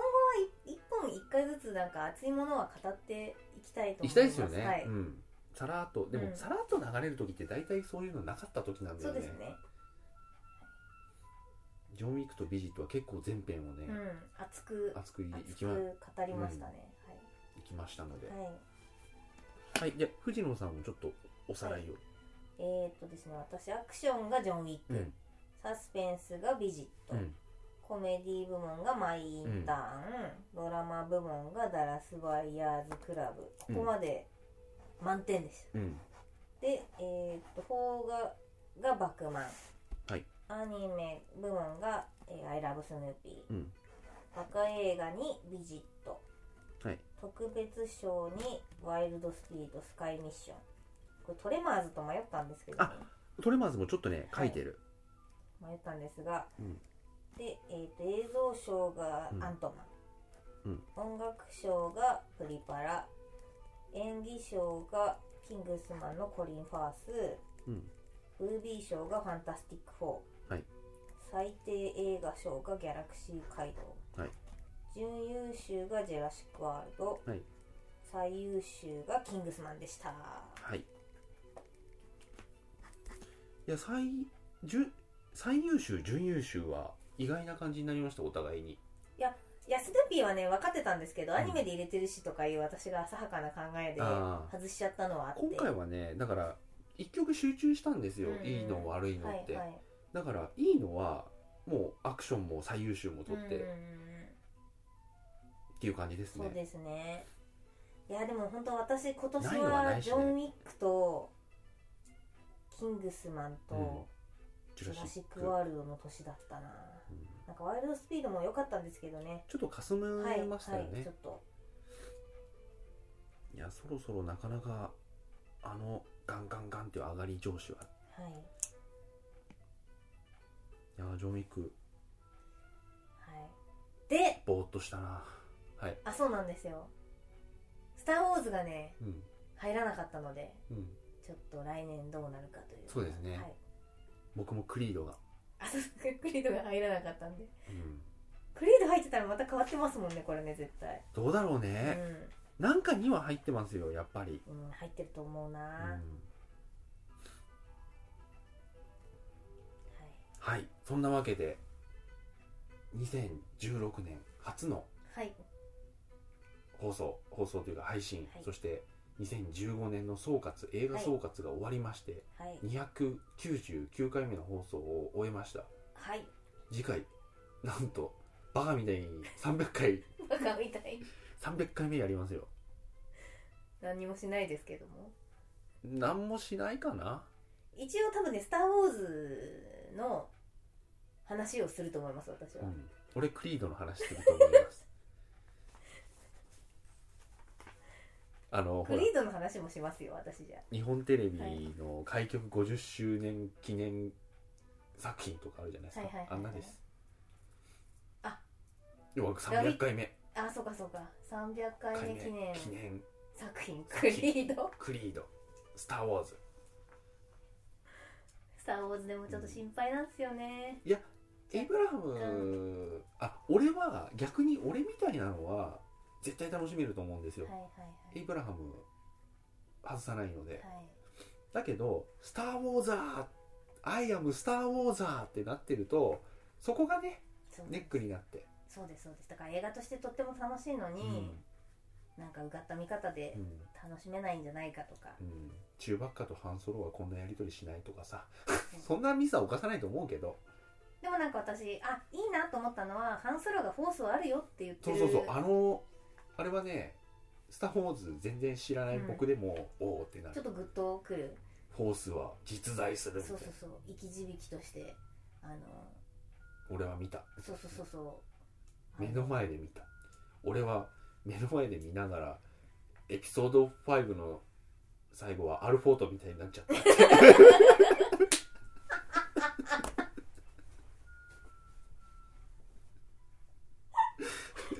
[SPEAKER 2] 一一本一回ずつなんか熱いものは語っていきたいと思
[SPEAKER 1] 行
[SPEAKER 2] います
[SPEAKER 1] きたいですよね、
[SPEAKER 2] はい、
[SPEAKER 1] うんさらっとでも、
[SPEAKER 2] うん
[SPEAKER 1] さらっと流れる時って大体そういうのなかった時なんだ
[SPEAKER 2] そ
[SPEAKER 1] よ
[SPEAKER 2] う
[SPEAKER 1] ね
[SPEAKER 2] ですね
[SPEAKER 1] ジョン・ウィックとビジットは結構全編をね、
[SPEAKER 2] うん熱く
[SPEAKER 1] 熱くい
[SPEAKER 2] 熱
[SPEAKER 1] き
[SPEAKER 2] く
[SPEAKER 1] ま
[SPEAKER 2] 語りましたね、
[SPEAKER 1] いきましたので
[SPEAKER 2] はい、はい、
[SPEAKER 1] はいじゃあ藤野さんもちょっとおさらいを、
[SPEAKER 2] えー、っとですね私アクションがジョン・ウィック、
[SPEAKER 1] うん
[SPEAKER 2] サスペンスがビジット、
[SPEAKER 1] うん
[SPEAKER 2] コメディ部門がマイ・インターン、ドラマ部門がダラス・バイヤーズ・クラブここまで満点でした
[SPEAKER 1] うん
[SPEAKER 2] で、えー、っと邦画が「バクマン」
[SPEAKER 1] はい
[SPEAKER 2] アニメ部門が「えー、アイラブスヌーピー
[SPEAKER 1] うん」
[SPEAKER 2] バカ映画に「ビジット」
[SPEAKER 1] はい
[SPEAKER 2] 特別賞に「ワイルドスピードスカイミッション」これトレマーズと迷ったんですけど、ね、
[SPEAKER 1] トレマーズもちょっとね書いてる、
[SPEAKER 2] 迷ったんですが、
[SPEAKER 1] うん
[SPEAKER 2] で、えー、と映像賞が
[SPEAKER 1] うん
[SPEAKER 2] アントマ
[SPEAKER 1] う
[SPEAKER 2] ン、
[SPEAKER 1] ん
[SPEAKER 2] 音楽賞がプリパラ演技賞がキングスマンのコリン・ファース
[SPEAKER 1] うん
[SPEAKER 2] ブービー賞がファンタスティック4、
[SPEAKER 1] はい
[SPEAKER 2] 最低映画賞がギャラクシー街道、
[SPEAKER 1] はい
[SPEAKER 2] 準優秀がジェラシック・ワールド、
[SPEAKER 1] はい
[SPEAKER 2] 最優秀がキングスマンでした
[SPEAKER 1] はいいや最準最優秀準優秀は意外な感じになりましたお互いに
[SPEAKER 2] いやスヌーピーはね分かってたんですけど、アニメで入れてるしとかいう私が浅はかな考えで
[SPEAKER 1] あー
[SPEAKER 2] 外しちゃったのはあって
[SPEAKER 1] 今回はねだから一曲集中したんですよ、
[SPEAKER 2] うん
[SPEAKER 1] いいの悪いのって、
[SPEAKER 2] はいはい
[SPEAKER 1] だからいいのはもうアクションも最優秀も取って
[SPEAKER 2] うんうん
[SPEAKER 1] っ
[SPEAKER 2] うん
[SPEAKER 1] ていう感じですね、
[SPEAKER 2] そうですねいやでも本当私今年
[SPEAKER 1] ないのはな
[SPEAKER 2] はい
[SPEAKER 1] し
[SPEAKER 2] ジ
[SPEAKER 1] ね
[SPEAKER 2] ョン・ウィックとキングスマンと、
[SPEAKER 1] うんジ
[SPEAKER 2] ジ
[SPEAKER 1] ュ
[SPEAKER 2] ュ
[SPEAKER 1] ラ
[SPEAKER 2] ラ
[SPEAKER 1] シ
[SPEAKER 2] シ
[SPEAKER 1] ッ
[SPEAKER 2] ッ
[SPEAKER 1] ク
[SPEAKER 2] ク・ワールドの年だったななんかワイルドスピードも良かったんですけどね
[SPEAKER 1] ちょっとかすめ
[SPEAKER 2] はい、
[SPEAKER 1] ましたよね、
[SPEAKER 2] はいい、ちょっと
[SPEAKER 1] やそろそろなかなかあのガンガンガンっていう上がり上司は
[SPEAKER 2] はい
[SPEAKER 1] いやジョン・ウィック
[SPEAKER 2] はいで
[SPEAKER 1] ぼーっとしたな
[SPEAKER 2] あそうなんですよ「スター・ウォーズ」がね
[SPEAKER 1] うん
[SPEAKER 2] 入らなかったので
[SPEAKER 1] うん
[SPEAKER 2] ちょっと来年どうなるかという
[SPEAKER 1] そうですね
[SPEAKER 2] はい、
[SPEAKER 1] 僕もクリードが、
[SPEAKER 2] あそうクリードが入らなかったんで
[SPEAKER 1] うん、
[SPEAKER 2] クリード入ってたらまた変わってますもんねこれね絶対
[SPEAKER 1] どうだろうね、なんかには入ってますよやっぱり、
[SPEAKER 2] うん、うん、入ってると思うな、
[SPEAKER 1] う
[SPEAKER 2] はい
[SPEAKER 1] ん、はいそんなわけで2016年初の
[SPEAKER 2] はい
[SPEAKER 1] 放送放送というか配信、
[SPEAKER 2] はい
[SPEAKER 1] そして2015年の総括映画総括が終わりまして、
[SPEAKER 2] はい
[SPEAKER 1] 299回目の放送を終えました
[SPEAKER 2] はい
[SPEAKER 1] 次回なんとバカみたいに300回
[SPEAKER 2] バカみたい
[SPEAKER 1] 300回目やりますよ
[SPEAKER 2] 何もしないですけども
[SPEAKER 1] 何もしないかな
[SPEAKER 2] 一応多分ね「スター・ウォーズ」の話をすると思います私は、
[SPEAKER 1] うん、俺クリードの話すると思い ますあのほ
[SPEAKER 2] ク
[SPEAKER 1] ら
[SPEAKER 2] リードの話もしますよ私じゃ
[SPEAKER 1] 日本テレビの開局50周年記念作品とかあるじゃないですか、
[SPEAKER 2] はいはいはい
[SPEAKER 1] あ
[SPEAKER 2] はい
[SPEAKER 1] んなです
[SPEAKER 2] あ
[SPEAKER 1] 要は300回目
[SPEAKER 2] あそうかそうか300回目記念
[SPEAKER 1] 記念
[SPEAKER 2] 作品クリード
[SPEAKER 1] クリード「スター・ウォーズ
[SPEAKER 2] 「スター・ウォーズ」でもちょっと心配なんですよね」
[SPEAKER 1] エイブラハム、あ俺は逆に俺みたいなのは絶対楽しめると思うんです
[SPEAKER 2] は
[SPEAKER 1] よ、
[SPEAKER 2] いはい
[SPEAKER 1] エイブラハム外さないので、
[SPEAKER 2] はいはい
[SPEAKER 1] だけど「スター・ウォーザー」「アイアム・スター・ウォーザー」ってなってるとそこがね
[SPEAKER 2] そう
[SPEAKER 1] ネックになって、
[SPEAKER 2] そうですそうですだから映画としてとっても楽しいの
[SPEAKER 1] う
[SPEAKER 2] に、なんかうがった見方で
[SPEAKER 1] うん
[SPEAKER 2] 楽しめないんじゃないかとか、
[SPEAKER 1] うん、中ばっかとハンソロはこんなやり取りしないとかさ
[SPEAKER 2] うん
[SPEAKER 1] そんなミスは犯さないと思うけど
[SPEAKER 2] でもなんか私あいいなと思ったのはハンソロがフォースはあるよって言って
[SPEAKER 1] そう
[SPEAKER 2] る
[SPEAKER 1] そうそうあのあれはね「スター・ウォーズ」全然知らない僕でも、おおってな
[SPEAKER 2] ちょ
[SPEAKER 1] る
[SPEAKER 2] っとグッとくる
[SPEAKER 1] フォースは実在するみたい
[SPEAKER 2] そう
[SPEAKER 1] な
[SPEAKER 2] そうそう生き字引きとしてあの
[SPEAKER 1] 俺は見た
[SPEAKER 2] そうそうそうそうあ
[SPEAKER 1] 目の前で見た俺は目の前で見ながらエピソード5の最後はアルフォートみたいになっちゃったって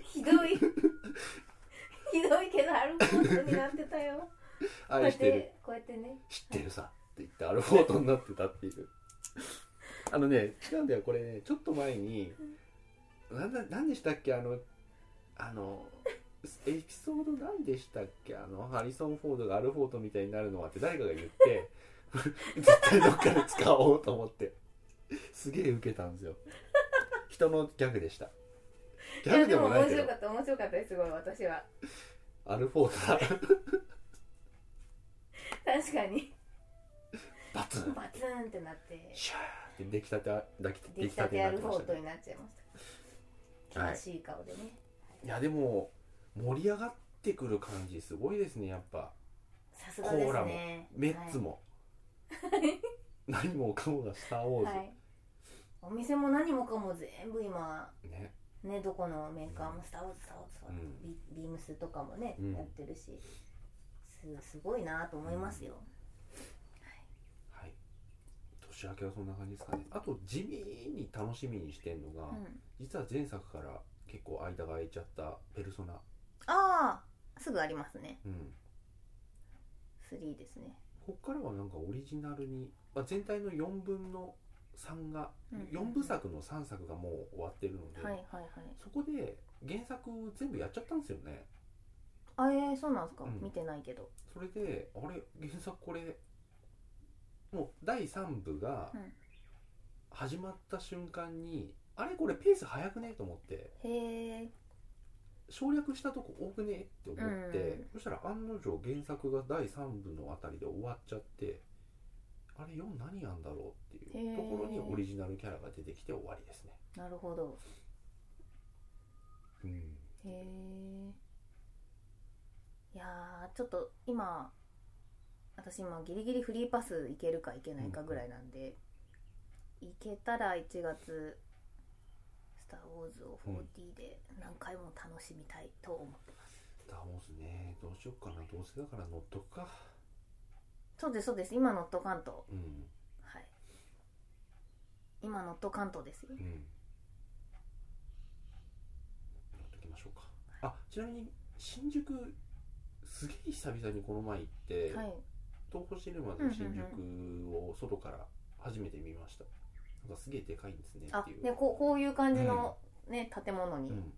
[SPEAKER 2] ひどいひどいけどアルコールになってたよこうや
[SPEAKER 1] 愛
[SPEAKER 2] っ
[SPEAKER 1] してる
[SPEAKER 2] てこうやってね
[SPEAKER 1] 知ってるさって言ってアルフォートになってたっていうあのね違うんだよこれねちょっと前になんだなんでしたっけあのあのエピソード何でしたっけあのハリソン・フォードがアルフォートみたいになるのはって誰かが言って 絶対どっかで使おうと思ってすげえウケたんですよ人のギャグでしたギャグでもない
[SPEAKER 2] 面
[SPEAKER 1] けど
[SPEAKER 2] 白かった面白かったですすごい私は
[SPEAKER 1] アルフォートだ
[SPEAKER 2] 確かに
[SPEAKER 1] バツン
[SPEAKER 2] バツンってなって
[SPEAKER 1] シャーって出来たて出来
[SPEAKER 2] 出
[SPEAKER 1] 出
[SPEAKER 2] 来
[SPEAKER 1] 来
[SPEAKER 2] た
[SPEAKER 1] たて
[SPEAKER 2] て
[SPEAKER 1] に
[SPEAKER 2] ア
[SPEAKER 1] なっ
[SPEAKER 2] ル
[SPEAKER 1] て
[SPEAKER 2] フ
[SPEAKER 1] ました
[SPEAKER 2] ォート
[SPEAKER 1] ね
[SPEAKER 2] になっちゃいました、
[SPEAKER 1] はい
[SPEAKER 2] 悲しい顔でね
[SPEAKER 1] いやでも盛り上がってくる感じすごいですねやっぱ
[SPEAKER 2] さすがで
[SPEAKER 1] コーラも
[SPEAKER 2] すね
[SPEAKER 1] メッツ
[SPEAKER 2] はい
[SPEAKER 1] も、何もかもが「スター・ウォーズ」
[SPEAKER 2] はい、お店も何もかも全部今
[SPEAKER 1] ね
[SPEAKER 2] ねどこのメーカーも「スター・ウォーズ」スター・ウォーズスターウォーズ
[SPEAKER 1] うん
[SPEAKER 2] ビビームスとかもね、
[SPEAKER 1] うん
[SPEAKER 2] やってるしすすごいなと思いますよ、
[SPEAKER 1] はい年明けはそんな感じですかねあと地味に楽しみにしてんのが、
[SPEAKER 2] うん
[SPEAKER 1] 実は前作から結構間が空いちゃった「ペルソナ
[SPEAKER 2] ああすぐありますね」
[SPEAKER 1] うん
[SPEAKER 2] 3ですね
[SPEAKER 1] こっからはなんかオリジナルに、まあ、全体の4分の3が、
[SPEAKER 2] うんうんうん
[SPEAKER 1] 四4部作の3作がもう終わってるので、
[SPEAKER 2] はいはいはい
[SPEAKER 1] そこで原作全部やっちゃったんですよね
[SPEAKER 2] あえー、そうなんですか、
[SPEAKER 1] うん
[SPEAKER 2] 見てないけど
[SPEAKER 1] それであれ原作これもう第3部が
[SPEAKER 2] うん
[SPEAKER 1] 始まった瞬間に、あれこれペース早くねと思って
[SPEAKER 2] へえ
[SPEAKER 1] 省略したとこ多くねって思って、
[SPEAKER 2] うん
[SPEAKER 1] そしたら案の定原作が第3部のあたりで終わっちゃってあれ4何やんだろうっていうところに
[SPEAKER 2] へー
[SPEAKER 1] オリジナルキャラが出てきて終わりですね、
[SPEAKER 2] なるほど
[SPEAKER 1] うん
[SPEAKER 2] へえいやーちょっと今私今ギリギリフリーパスいけるかいけないかぐらいなんで、いけたら1月「スター・ウォーズを 4D で何回も楽しみたいと思ってます、
[SPEAKER 1] ダーモスねどうしよっかなどうせだから乗っとくか
[SPEAKER 2] そうですそうです今乗っとかんと
[SPEAKER 1] うん
[SPEAKER 2] はい今乗っとかんとですよ
[SPEAKER 1] うん乗っときましょうかあちなみに新宿すげえ久々にこの前行って、
[SPEAKER 2] はい
[SPEAKER 1] 東宝シネマで新宿を外から初めて見ました、なんかすげえでかいんですね
[SPEAKER 2] あ
[SPEAKER 1] っていう
[SPEAKER 2] ねこうこういう感じの、ね建物に
[SPEAKER 1] うん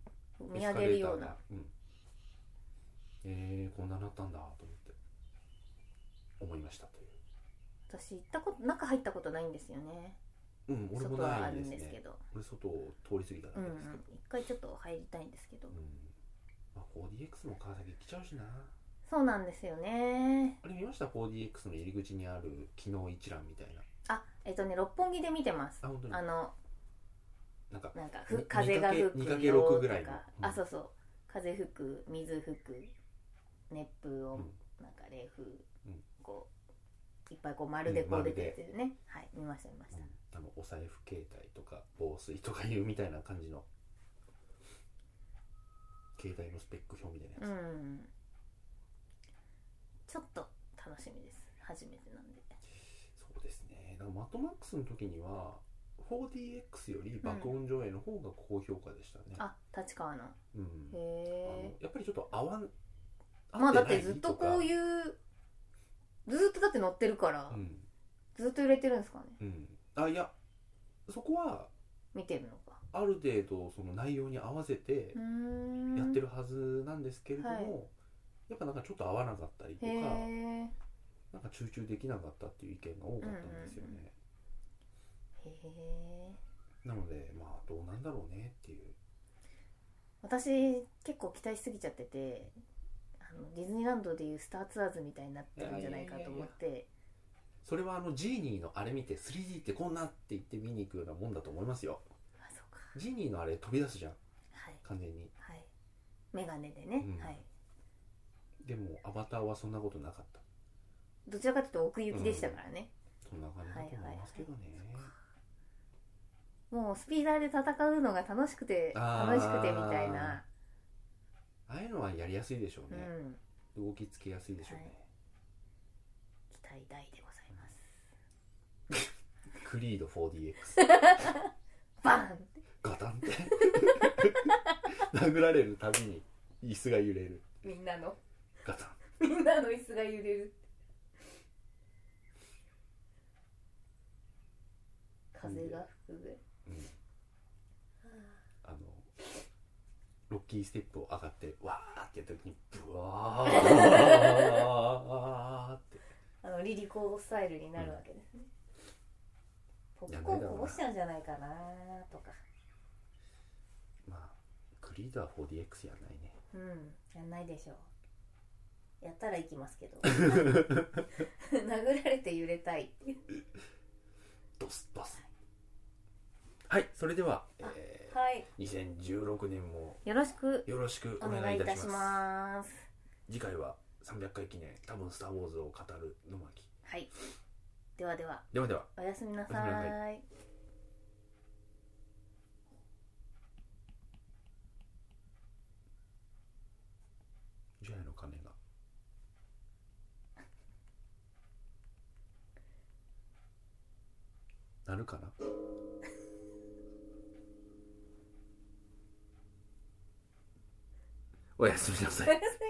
[SPEAKER 2] 見上
[SPEAKER 1] エスカレ
[SPEAKER 2] げるよう
[SPEAKER 1] ーターが
[SPEAKER 2] な、
[SPEAKER 1] うん、えー、こんななったんだと思って思いましたとい
[SPEAKER 2] 私行ったこと中入ったことないんですよね
[SPEAKER 1] ううん俺も
[SPEAKER 2] 外は
[SPEAKER 1] な
[SPEAKER 2] あ
[SPEAKER 1] い
[SPEAKER 2] る
[SPEAKER 1] です
[SPEAKER 2] ん
[SPEAKER 1] ね
[SPEAKER 2] ですけど
[SPEAKER 1] 俺外を通り過ぎただ
[SPEAKER 2] う
[SPEAKER 1] け
[SPEAKER 2] んう
[SPEAKER 1] で
[SPEAKER 2] ん
[SPEAKER 1] すけど、
[SPEAKER 2] 一回ちょっと入りたいんですけど
[SPEAKER 1] うんまあ、4DX も川崎来ちゃうしな
[SPEAKER 2] そうなんですよね
[SPEAKER 1] あれ見ました 4DX の入り口にある機能一覧みたいな
[SPEAKER 2] あえっとね六本木で見てます
[SPEAKER 1] あ本当に
[SPEAKER 2] あの
[SPEAKER 1] なんか
[SPEAKER 2] なんか
[SPEAKER 1] に
[SPEAKER 2] ふ風が吹
[SPEAKER 1] にか
[SPEAKER 2] く
[SPEAKER 1] けろ
[SPEAKER 2] よ
[SPEAKER 1] く
[SPEAKER 2] と
[SPEAKER 1] ぐらいの
[SPEAKER 2] か、
[SPEAKER 1] うん
[SPEAKER 2] あそうそう風吹く水吹く熱風を、
[SPEAKER 1] うん
[SPEAKER 2] なんか冷風、
[SPEAKER 1] うん
[SPEAKER 2] こういっぱいこう丸でこ
[SPEAKER 1] う
[SPEAKER 2] うん出てるね、はい見ました見まし
[SPEAKER 1] う
[SPEAKER 2] た、
[SPEAKER 1] ん、あのお財布携帯とか防水とかいうみたいな感じの携帯のスペック表みたいな
[SPEAKER 2] う
[SPEAKER 1] や
[SPEAKER 2] んちょっと楽しみです初めてなんで
[SPEAKER 1] つ、そうですねだからマットマックスの時には 4DX より爆音上映の方が高評価でしたね、
[SPEAKER 2] あ立川の
[SPEAKER 1] うん
[SPEAKER 2] へ
[SPEAKER 1] あの
[SPEAKER 2] え
[SPEAKER 1] やっぱりちょっと合わん
[SPEAKER 2] まあだってずっとこう
[SPEAKER 1] う、
[SPEAKER 2] いうずっとだって乗ってるから、
[SPEAKER 1] うん
[SPEAKER 2] ずっと揺れてるんですかね
[SPEAKER 1] うん、あいやそこは
[SPEAKER 2] 見てるのか
[SPEAKER 1] ある程度その内容に合わせて
[SPEAKER 2] うーん
[SPEAKER 1] やってるはずなんですけれども、
[SPEAKER 2] はい
[SPEAKER 1] やっぱなんかちょっと合わなかったりと
[SPEAKER 2] へ
[SPEAKER 1] か
[SPEAKER 2] え
[SPEAKER 1] なんか集中できなかったっていう意見が多かったんですよ
[SPEAKER 2] うんうん
[SPEAKER 1] ね、
[SPEAKER 2] へえ
[SPEAKER 1] なのでまあどうなんだろうねっていう
[SPEAKER 2] 私結構期待しすぎちゃっててあのディズニーランドでいうスターツアーズみたいになってるんじゃないかと思って
[SPEAKER 1] それはあのジーニーのあれ見て 3D ってこんなって言って見に行くようなもんだと思いますよ
[SPEAKER 2] あそうか
[SPEAKER 1] ジーニーのあれ飛び出すじゃん
[SPEAKER 2] はい
[SPEAKER 1] 完全に
[SPEAKER 2] はいメガネでね、
[SPEAKER 1] うん
[SPEAKER 2] はい
[SPEAKER 1] でもアバターはそんなことなかった
[SPEAKER 2] どちらかというと奥行きでしたからね、
[SPEAKER 1] そんな感じだと思いますけどね、
[SPEAKER 2] もうスピーダーで戦うのが楽しくて
[SPEAKER 1] あー
[SPEAKER 2] 楽しくてみたいな、
[SPEAKER 1] ああいうのはやりやすいでしょう
[SPEAKER 2] う
[SPEAKER 1] ね、
[SPEAKER 2] ん
[SPEAKER 1] 動きつけやすいでしょうね、
[SPEAKER 2] 期待大でございます
[SPEAKER 1] クリード 4DX
[SPEAKER 2] バーンって
[SPEAKER 1] ガタンって殴られるたびに椅子が揺れる
[SPEAKER 2] みんなの
[SPEAKER 1] ガタン
[SPEAKER 2] みんなの椅子が揺れる風が吹くぐらい
[SPEAKER 1] うんあのロッキーステップを上がってわーってやった時にブワーって
[SPEAKER 2] あのリリコスタイルになるわけですね、ポップコーンこぼしちゃうんじゃないかなとか
[SPEAKER 1] まあクリードは 4DX やんないね
[SPEAKER 2] うんやんないでしょうやったら行きますけど 殴られて揺れたいっていう
[SPEAKER 1] ドスドスはいそれでは、えー
[SPEAKER 2] はい
[SPEAKER 1] 2016年も
[SPEAKER 2] よろしく
[SPEAKER 1] よろしく
[SPEAKER 2] お
[SPEAKER 1] お願
[SPEAKER 2] 願
[SPEAKER 1] い
[SPEAKER 2] い
[SPEAKER 1] い
[SPEAKER 2] い
[SPEAKER 1] た
[SPEAKER 2] た
[SPEAKER 1] します
[SPEAKER 2] します
[SPEAKER 1] 次回は300回記念多分「スター・ウォーズ」を語るの巻
[SPEAKER 2] はいではでは
[SPEAKER 1] ではでは
[SPEAKER 2] おやすみなさ
[SPEAKER 1] おやすみな
[SPEAKER 2] ーい
[SPEAKER 1] ジュエの鐘が鳴るかなおやすみなさい
[SPEAKER 2] おやすみ